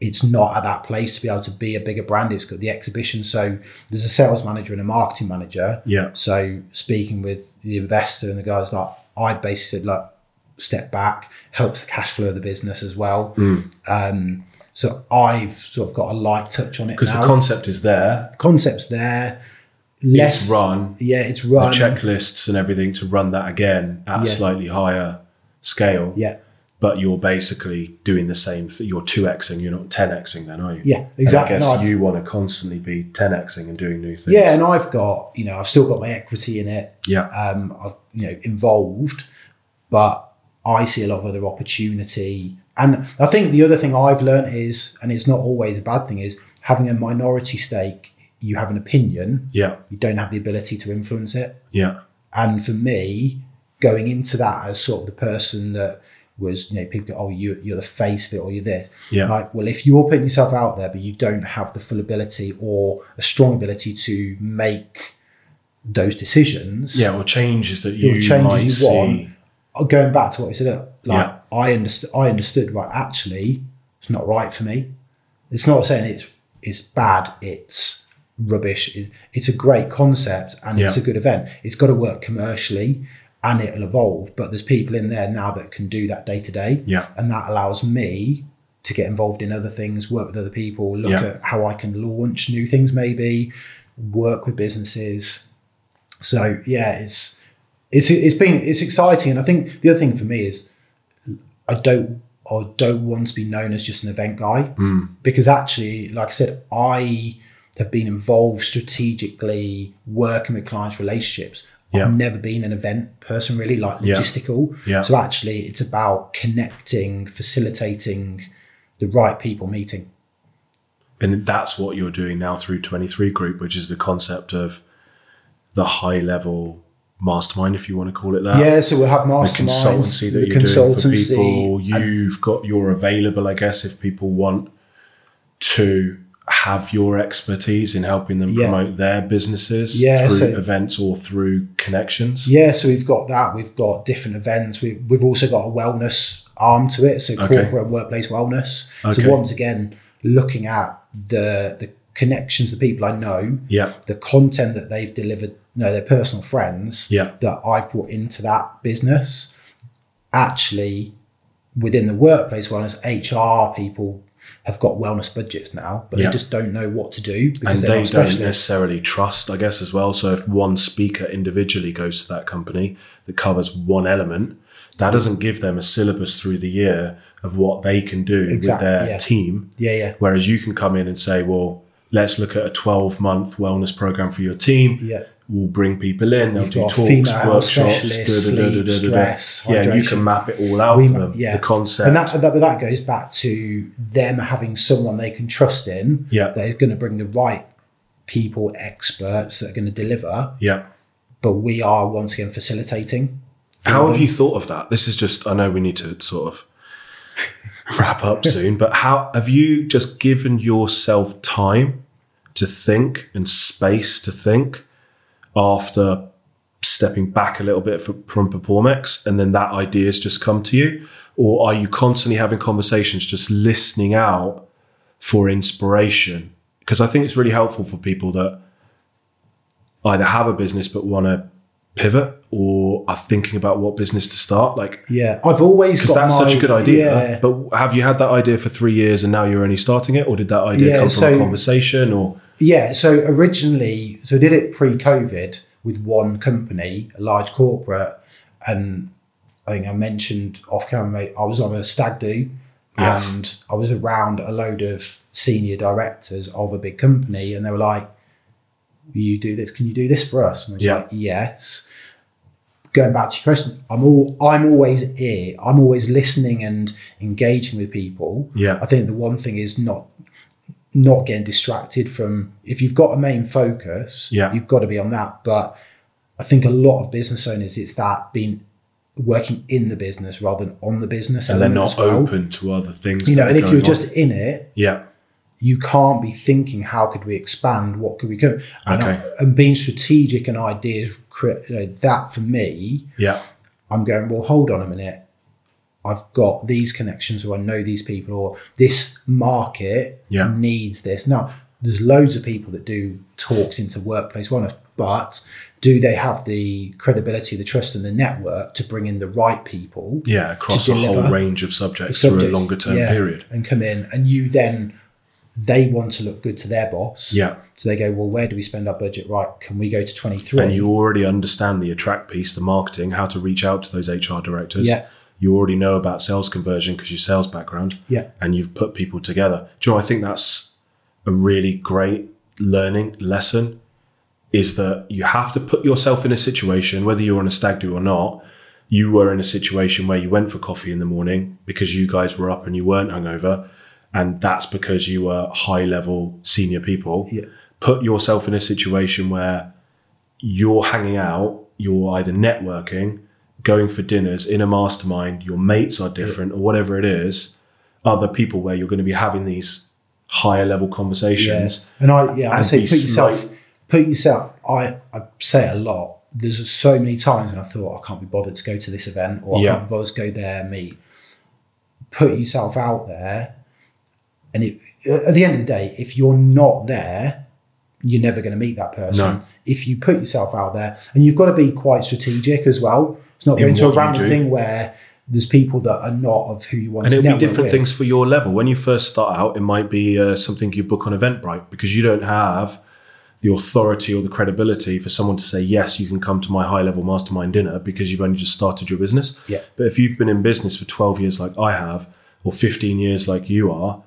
S2: it's not at that place to be able to be a bigger brand. It's got the exhibition, so there's a sales manager and a marketing manager.
S1: Yeah.
S2: So speaking with the investor and the guys, like I basically said, look, step back helps the cash flow of the business as well.
S1: Mm.
S2: Um, so I've sort of got a light touch on it
S1: Because
S2: now.
S1: the concept is there.
S2: concepts there,
S1: Yes.
S2: less
S1: run.
S2: Yeah, it's run.
S1: the checklists and everything to run that again at a
S2: Yeah.
S1: slightly higher scale.
S2: Yeah,
S1: But you're basically doing the same. Th- you're two xing. You're not ten xing, then, are you?
S2: Yeah,
S1: And
S2: exactly.
S1: I guess
S2: No, I've-
S1: you want to constantly be ten xing and doing new things.
S2: yeah, and I've got you know I've still got my equity in it.
S1: yeah,
S2: um, I've, you know, involved, but I see a lot of other opportunity. And I think the other thing I've learned is, and it's not always a bad thing, is having a minority stake. You have an opinion,
S1: yeah,
S2: you don't have the ability to influence it.
S1: yeah,
S2: And for me, going into that as sort of the person that was, you know, people go, oh, you, you're the face of it or you're this.
S1: Yeah.
S2: Like, well, if you're putting yourself out there, but you don't have the full ability or a strong ability to make those decisions,
S1: yeah. Or changes that you
S2: changes
S1: might
S2: you
S1: see.
S2: want. Oh, going back to what we said, uh, like
S1: Yeah.
S2: I understood, I understood. Right, actually, it's not right for me. It's not saying it's it's bad. It's rubbish. It- it's a great concept and it's
S1: Yeah.
S2: a good event. It's got to work commercially and it'll evolve. But there's people in there now that can do that day to day.
S1: Yeah.
S2: and that allows me to get involved in other things, work with other people, look
S1: Yeah.
S2: at how I can launch new things, maybe work with businesses. So yeah, it's it's it's been it's exciting, and I think the other thing for me is I don't I don't want to be known as just an event guy
S1: Hmm.
S2: because actually, like I said, I have been involved strategically working with clients' relationships.
S1: Yeah.
S2: I've never been an event person really, like
S1: Yeah.
S2: logistical.
S1: Yeah.
S2: So actually, it's about connecting, facilitating the right people meeting.
S1: And that's what you're doing now through 23 Group, which is the concept of the high level mastermind, if you want to call it that.
S2: yeah, so we'll have
S1: The
S2: masterminds,
S1: consultancy that
S2: the
S1: you're doing for
S2: consultancy,
S1: people. You've got, you're available, I guess, if people want to have your expertise in helping them
S2: Yeah.
S1: promote their businesses
S2: Yeah,
S1: through
S2: so-
S1: events or through connections.
S2: Yeah, so we've got that. We've got different events. We've, we've also got a wellness arm to it, so
S1: Okay.
S2: corporate and workplace wellness.
S1: Okay.
S2: So once again, looking at the the connections, the people I know,
S1: Yeah.
S2: the content that they've delivered, you know, their personal friends
S1: Yeah.
S2: that I've brought into that business, actually within the workplace wellness, HR people have got wellness budgets now, but
S1: Yeah.
S2: they just don't know what to do
S1: and
S2: because they're
S1: they
S2: not
S1: don't
S2: specialists.
S1: necessarily trust, I guess, as well. So if one speaker individually goes to that company that covers one element, that doesn't give them a syllabus through the year of what they can do
S2: Exact-
S1: with their
S2: yeah.
S1: team.
S2: Yeah, yeah.
S1: Whereas you can come in and say, well, let's look at a 12 month wellness program for your team.
S2: Yeah.
S1: We'll bring people in, they'll
S2: You've
S1: do
S2: got
S1: talks,
S2: female health
S1: workshops,
S2: specialists,
S1: da-da-da-da-da-da.
S2: sleep, stress,
S1: yeah, and you
S2: hydration.
S1: can map it all out
S2: We
S1: for
S2: ma-
S1: them,
S2: yeah.
S1: the concept.
S2: And that, that, but that goes back to them having someone they can trust in
S1: Yeah.
S2: that is going to bring the right people, experts that are going to deliver.
S1: yeah.
S2: But we are once again facilitating.
S1: How have you thought of that? This is just, I know we need to sort of [LAUGHS] wrap up soon, but how have you just given yourself time to think and space to think after stepping back a little bit from, from Performex and then that idea's just come to you? Or are you constantly having conversations, just listening out for inspiration? Because I think it's really helpful for people that either have a business but want to pivot or are thinking about what business to start, like
S2: Yeah, I've always
S1: because
S2: got
S1: that's
S2: my-
S1: such a good idea.
S2: Yeah.
S1: But have you had that idea for three years and now you're only starting it, or did that idea
S2: Yeah,
S1: come from a
S2: so-
S1: conversation? Or
S2: Yeah, so originally, so I did it pre-COVID with one company, a large corporate, and I think I mentioned off camera, mate, I was on a stag do,
S1: Yeah.
S2: and I was around a load of senior directors of a big company, and they were like, "Will you do this? Can you do this for us?" And I was
S1: Yeah.
S2: like, "Yes." Going back to your question, I'm all I'm always here. I'm always listening and engaging with people.
S1: Yeah.
S2: I think the one thing is not not getting distracted from if you've got a main focus,
S1: Yeah.
S2: you've got to be on that. But I think a lot of business owners, it's that being working in the business rather than on the business,
S1: and they're
S2: element
S1: not
S2: Mm, as well.
S1: open to other things,
S2: You know,
S1: that
S2: and
S1: are
S2: if you're
S1: going on.
S2: just in it,
S1: yeah,
S2: you can't be thinking how could we expand, what could we go, and,
S1: Okay.
S2: and being strategic and ideas. cre- You know, that for me,
S1: yeah,
S2: I'm going. Well, hold on a minute. I've got these connections, or I know these people, or this market
S1: Yeah.
S2: needs this. Now, there's loads of people that do talks into workplace wellness, but do they have the credibility, the trust, and the network to bring in the right people?
S1: yeah, across
S2: To
S1: a whole
S2: deliver
S1: range of subjects through a
S2: Subject,
S1: longer term
S2: yeah,
S1: period.
S2: and come in, and you then they want to look good to their boss.
S1: Yeah.
S2: So they go, well, where do we spend our budget? Right? Can we go to twenty three?
S1: and you already understand the attract piece, the marketing, how to reach out to those HR directors.
S2: Yeah.
S1: You already know about sales conversion because your sales background.
S2: Yeah.
S1: And you've put people together. Do you know, I think that's a really great learning lesson is that you have to put yourself in a situation, whether you're on a stag do or not, you were in a situation where you went for coffee in the morning because you guys were up and you weren't hungover. And that's because you were high level senior people.
S2: Yeah.
S1: Put yourself in a situation where you're hanging out, you're either networking, going for dinners in a mastermind, your mates are different or whatever it is, other people where you're going to be having these higher level conversations.
S2: Yeah. And I yeah, I
S1: and
S2: say
S1: be
S2: put yourself
S1: slight-
S2: put yourself I, I say it a lot. There's so many times when I thought I can't be bothered to go to this event or
S1: Yeah.
S2: I can't be bothered to go there and meet. Put yourself out there and it, at the end of the day, if you're not there, you're never going to meet that person.
S1: No.
S2: If you put yourself out there, and you've got to be quite strategic as well. It's not
S1: In
S2: going to a
S1: what you
S2: random
S1: do.
S2: thing where there's people that are not of who you want
S1: And
S2: to
S1: it'll be
S2: network
S1: different
S2: with.
S1: things for your level. When you first start out, it might be uh, something you book on Eventbrite because you don't have the authority or the credibility for someone to say, yes, you can come to my high level mastermind dinner because you've only just started your business.
S2: Yeah.
S1: But if you've been in business for 12 years like I have, or 15 years like you are,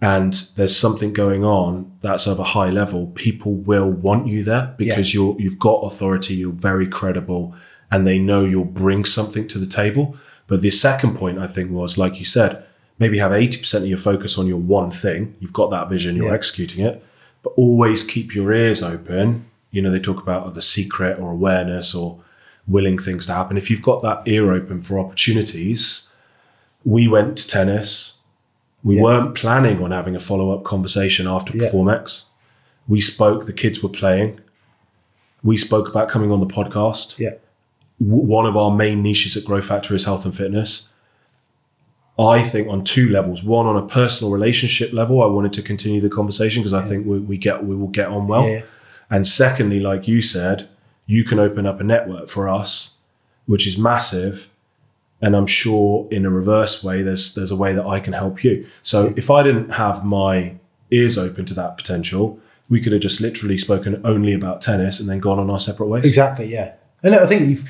S1: and there's something going on that's of a high level, people will want you there because you're you've got authority, you're very credible, and they know you'll bring something to the table. But the second point I think was, like you said, maybe have 80% of your focus on your one thing. You've got that vision, you're
S2: Yeah.
S1: executing it, but always keep your ears open. You know, they talk about the secret or awareness or willing things to happen. If you've got that ear open for opportunities, we went to tennis. We
S2: Yeah.
S1: weren't planning on having a follow up conversation after
S2: Yeah.
S1: Performex. We spoke, the kids were playing. We spoke about coming on the podcast.
S2: Yeah.
S1: W- One of our main niches at Grow Factor is health and fitness. I think on two levels. One on a personal relationship level, I wanted to continue the conversation because I think we, we get we will get on well.
S2: Yeah.
S1: And secondly, like you said, you can open up a network for us, which is massive. And I'm sure in a reverse way, there's there's a way that I can help you. So if I didn't have my ears open to that potential, we could have just literally spoken only about tennis and then gone on our separate ways.
S2: Exactly, yeah. And I think you've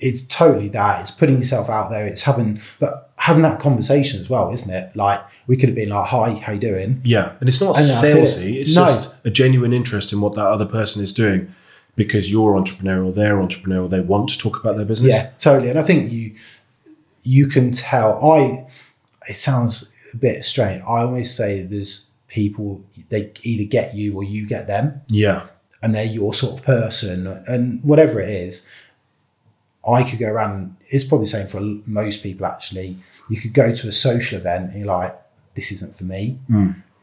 S2: it's totally that. It's putting yourself out there. It's having but having that conversation as well, isn't it? Like we could have been like, "Hi, how you doing?"
S1: Yeah, and it's not
S2: And that's it.
S1: salesy. It's
S2: No.
S1: just a genuine interest in what that other person is doing because you're entrepreneurial, they're entrepreneurial, they want to talk about their business.
S2: Yeah, totally. And I think you you can tell. I it sounds a bit strange. I always say there's people they either get you or you get them,
S1: Yeah.
S2: and they're your sort of person, and whatever it is. I could go around. It's probably the same for most people. Actually, you could go to a social event and you're like, "This isn't for me."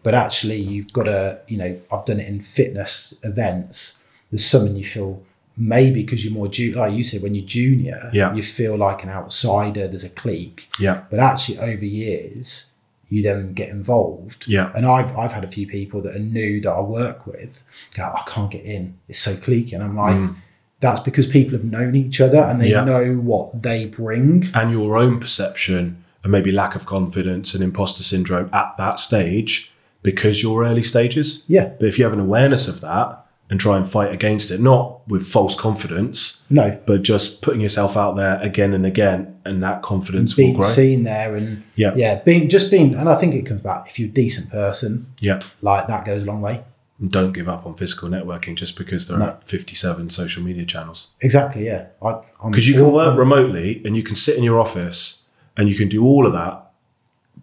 S2: but actually you've got to you know i've done it in fitness events there's someone you feel maybe because you're more ju- like you said when you're junior
S1: Yeah.
S2: you feel like an outsider there's a clique
S1: Yeah.
S2: but actually over years you then get involved
S1: Yeah.
S2: and i've i've had a few people that are new that i work with go i can't get in it's so cliquey and i'm like that's because people have known each other and they
S1: Mm. Yeah.
S2: know what they bring.
S1: and your own perception and maybe lack of confidence and imposter syndrome at that stage because you're early stages.
S2: Yeah.
S1: But if you have an awareness of that and try and fight against it, not with false confidence,
S2: No,
S1: but just putting yourself out there again and again, and that confidence will
S2: being
S1: grow.
S2: seen there and
S1: Yeah.
S2: yeah, being just being. And I think it comes back if you're a decent person,
S1: Yeah.
S2: like that goes a long way.
S1: And don't give up on physical networking just because there are 57 social media channels.
S2: Exactly. Yeah. Because
S1: Because you can work remotely and you can sit in your office and you can do all of that.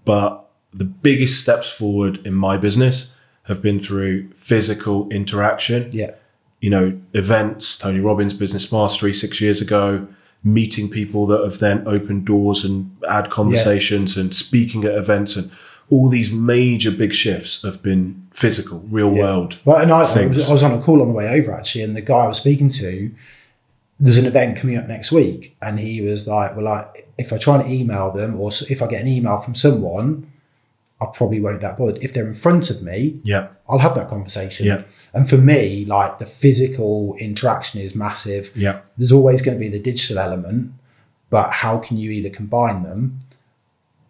S1: But the biggest steps forward in my business have been through physical interaction.
S2: Yeah.
S1: You know, events, Tony Robbins Business Mastery six years ago, meeting people that have then opened doors and had conversations and speaking at events and all these major big shifts have been physical, real world.
S2: Well, and I, I,
S1: things.
S2: was, I was on a call on the way over actually, and the guy I was speaking to, there's an event coming up next week, and he was like, "Well, like, if I try and email them, or s- if I get an email from someone, I probably won't that bothered. If they're in front of me,
S1: Yeah.
S2: I'll have that conversation."
S1: Yeah.
S2: And for me, like the physical interaction is massive.
S1: Yeah.
S2: There's always going to be the digital element, but how can you either combine them?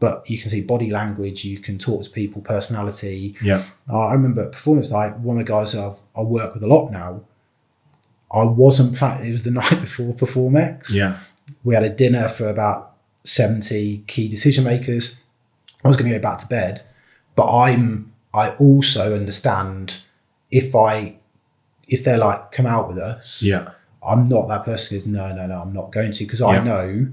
S2: But you can see body language, you can talk to people, personality,
S1: Yeah.
S2: uh, I remember at performance night, one of the guys I've, I work with a lot now. I wasn't planning. It was the [LAUGHS] night before Performex.
S1: Yeah.
S2: We had a dinner for about seventy key decision makers. I was going to go back to bed, but I'm. I also understand if I, if they're like, come out with us.
S1: Yeah.
S2: I'm not that person who's no, no, no, I'm not going to because
S1: Yeah.
S2: I know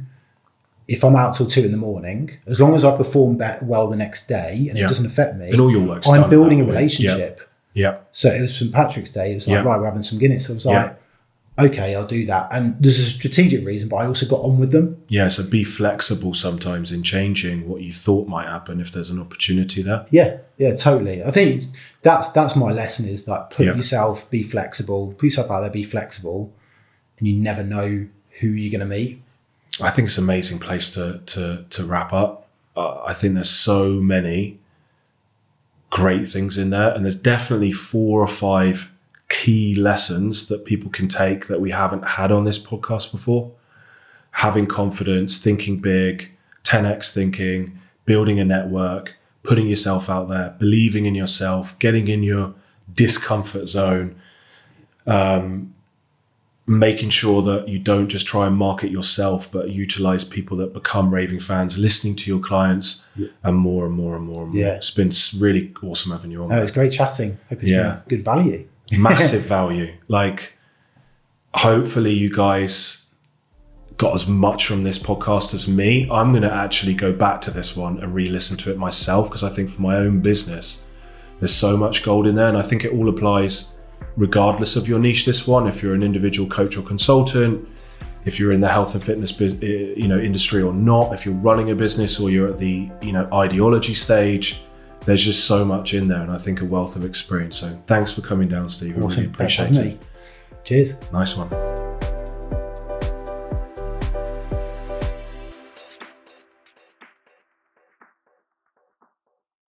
S2: if I'm out till two in the morning, as long as I perform be- well the next day and
S1: Yeah.
S2: it doesn't affect me,
S1: And all your work's done
S2: I'm
S1: at
S2: building
S1: that
S2: a
S1: point.
S2: relationship.
S1: Yeah.
S2: So it was St. Patrick's Day. It was like,
S1: Yeah.
S2: right, we're having some Guinness. I was
S1: Yeah.
S2: like, okay, I'll do that. And there's a strategic reason, but I also got on with them.
S1: Yeah, so be flexible sometimes in changing what you thought might happen if there's an opportunity there.
S2: Yeah, yeah, totally. I think that's that's my lesson is like put
S1: Yeah.
S2: yourself, be flexible, put yourself out there, be flexible, and you never know who you're going to meet.
S1: I think it's an amazing place to to to wrap up. Uh, I think there's so many great things in there, and there's definitely four or five key lessons that people can take that we haven't had on this podcast before. Having confidence, thinking big, 10x thinking, building a network, putting yourself out there, believing in yourself, getting in your discomfort zone, um, making sure that you don't just try and market yourself, but utilize people that become raving fans, listening to your clients, and more and more and more and more.
S2: Yeah.
S1: It's been s- really awesome having you on.
S2: Oh, it was great chatting. Hope it's
S1: Yeah.
S2: been good value.
S1: Massive value. Like, hopefully, you guys got as much from this podcast as me. I'm going to actually go back to this one and re listen to it myself because I think for my own business, there's so much gold in there. And I think it all applies regardless of your niche. This one, if you're an individual coach or consultant, if you're in the health and fitness bus- eh, you know industry or not, if you're running a business or you're at the you know ideology stage, there's just so much in there, and I think a wealth of experience. So thanks for coming down, Steve. I really
S2: Awesome. Thanks for
S1: appreciate
S2: having
S1: it.
S2: me. Cheers.
S1: Nice one.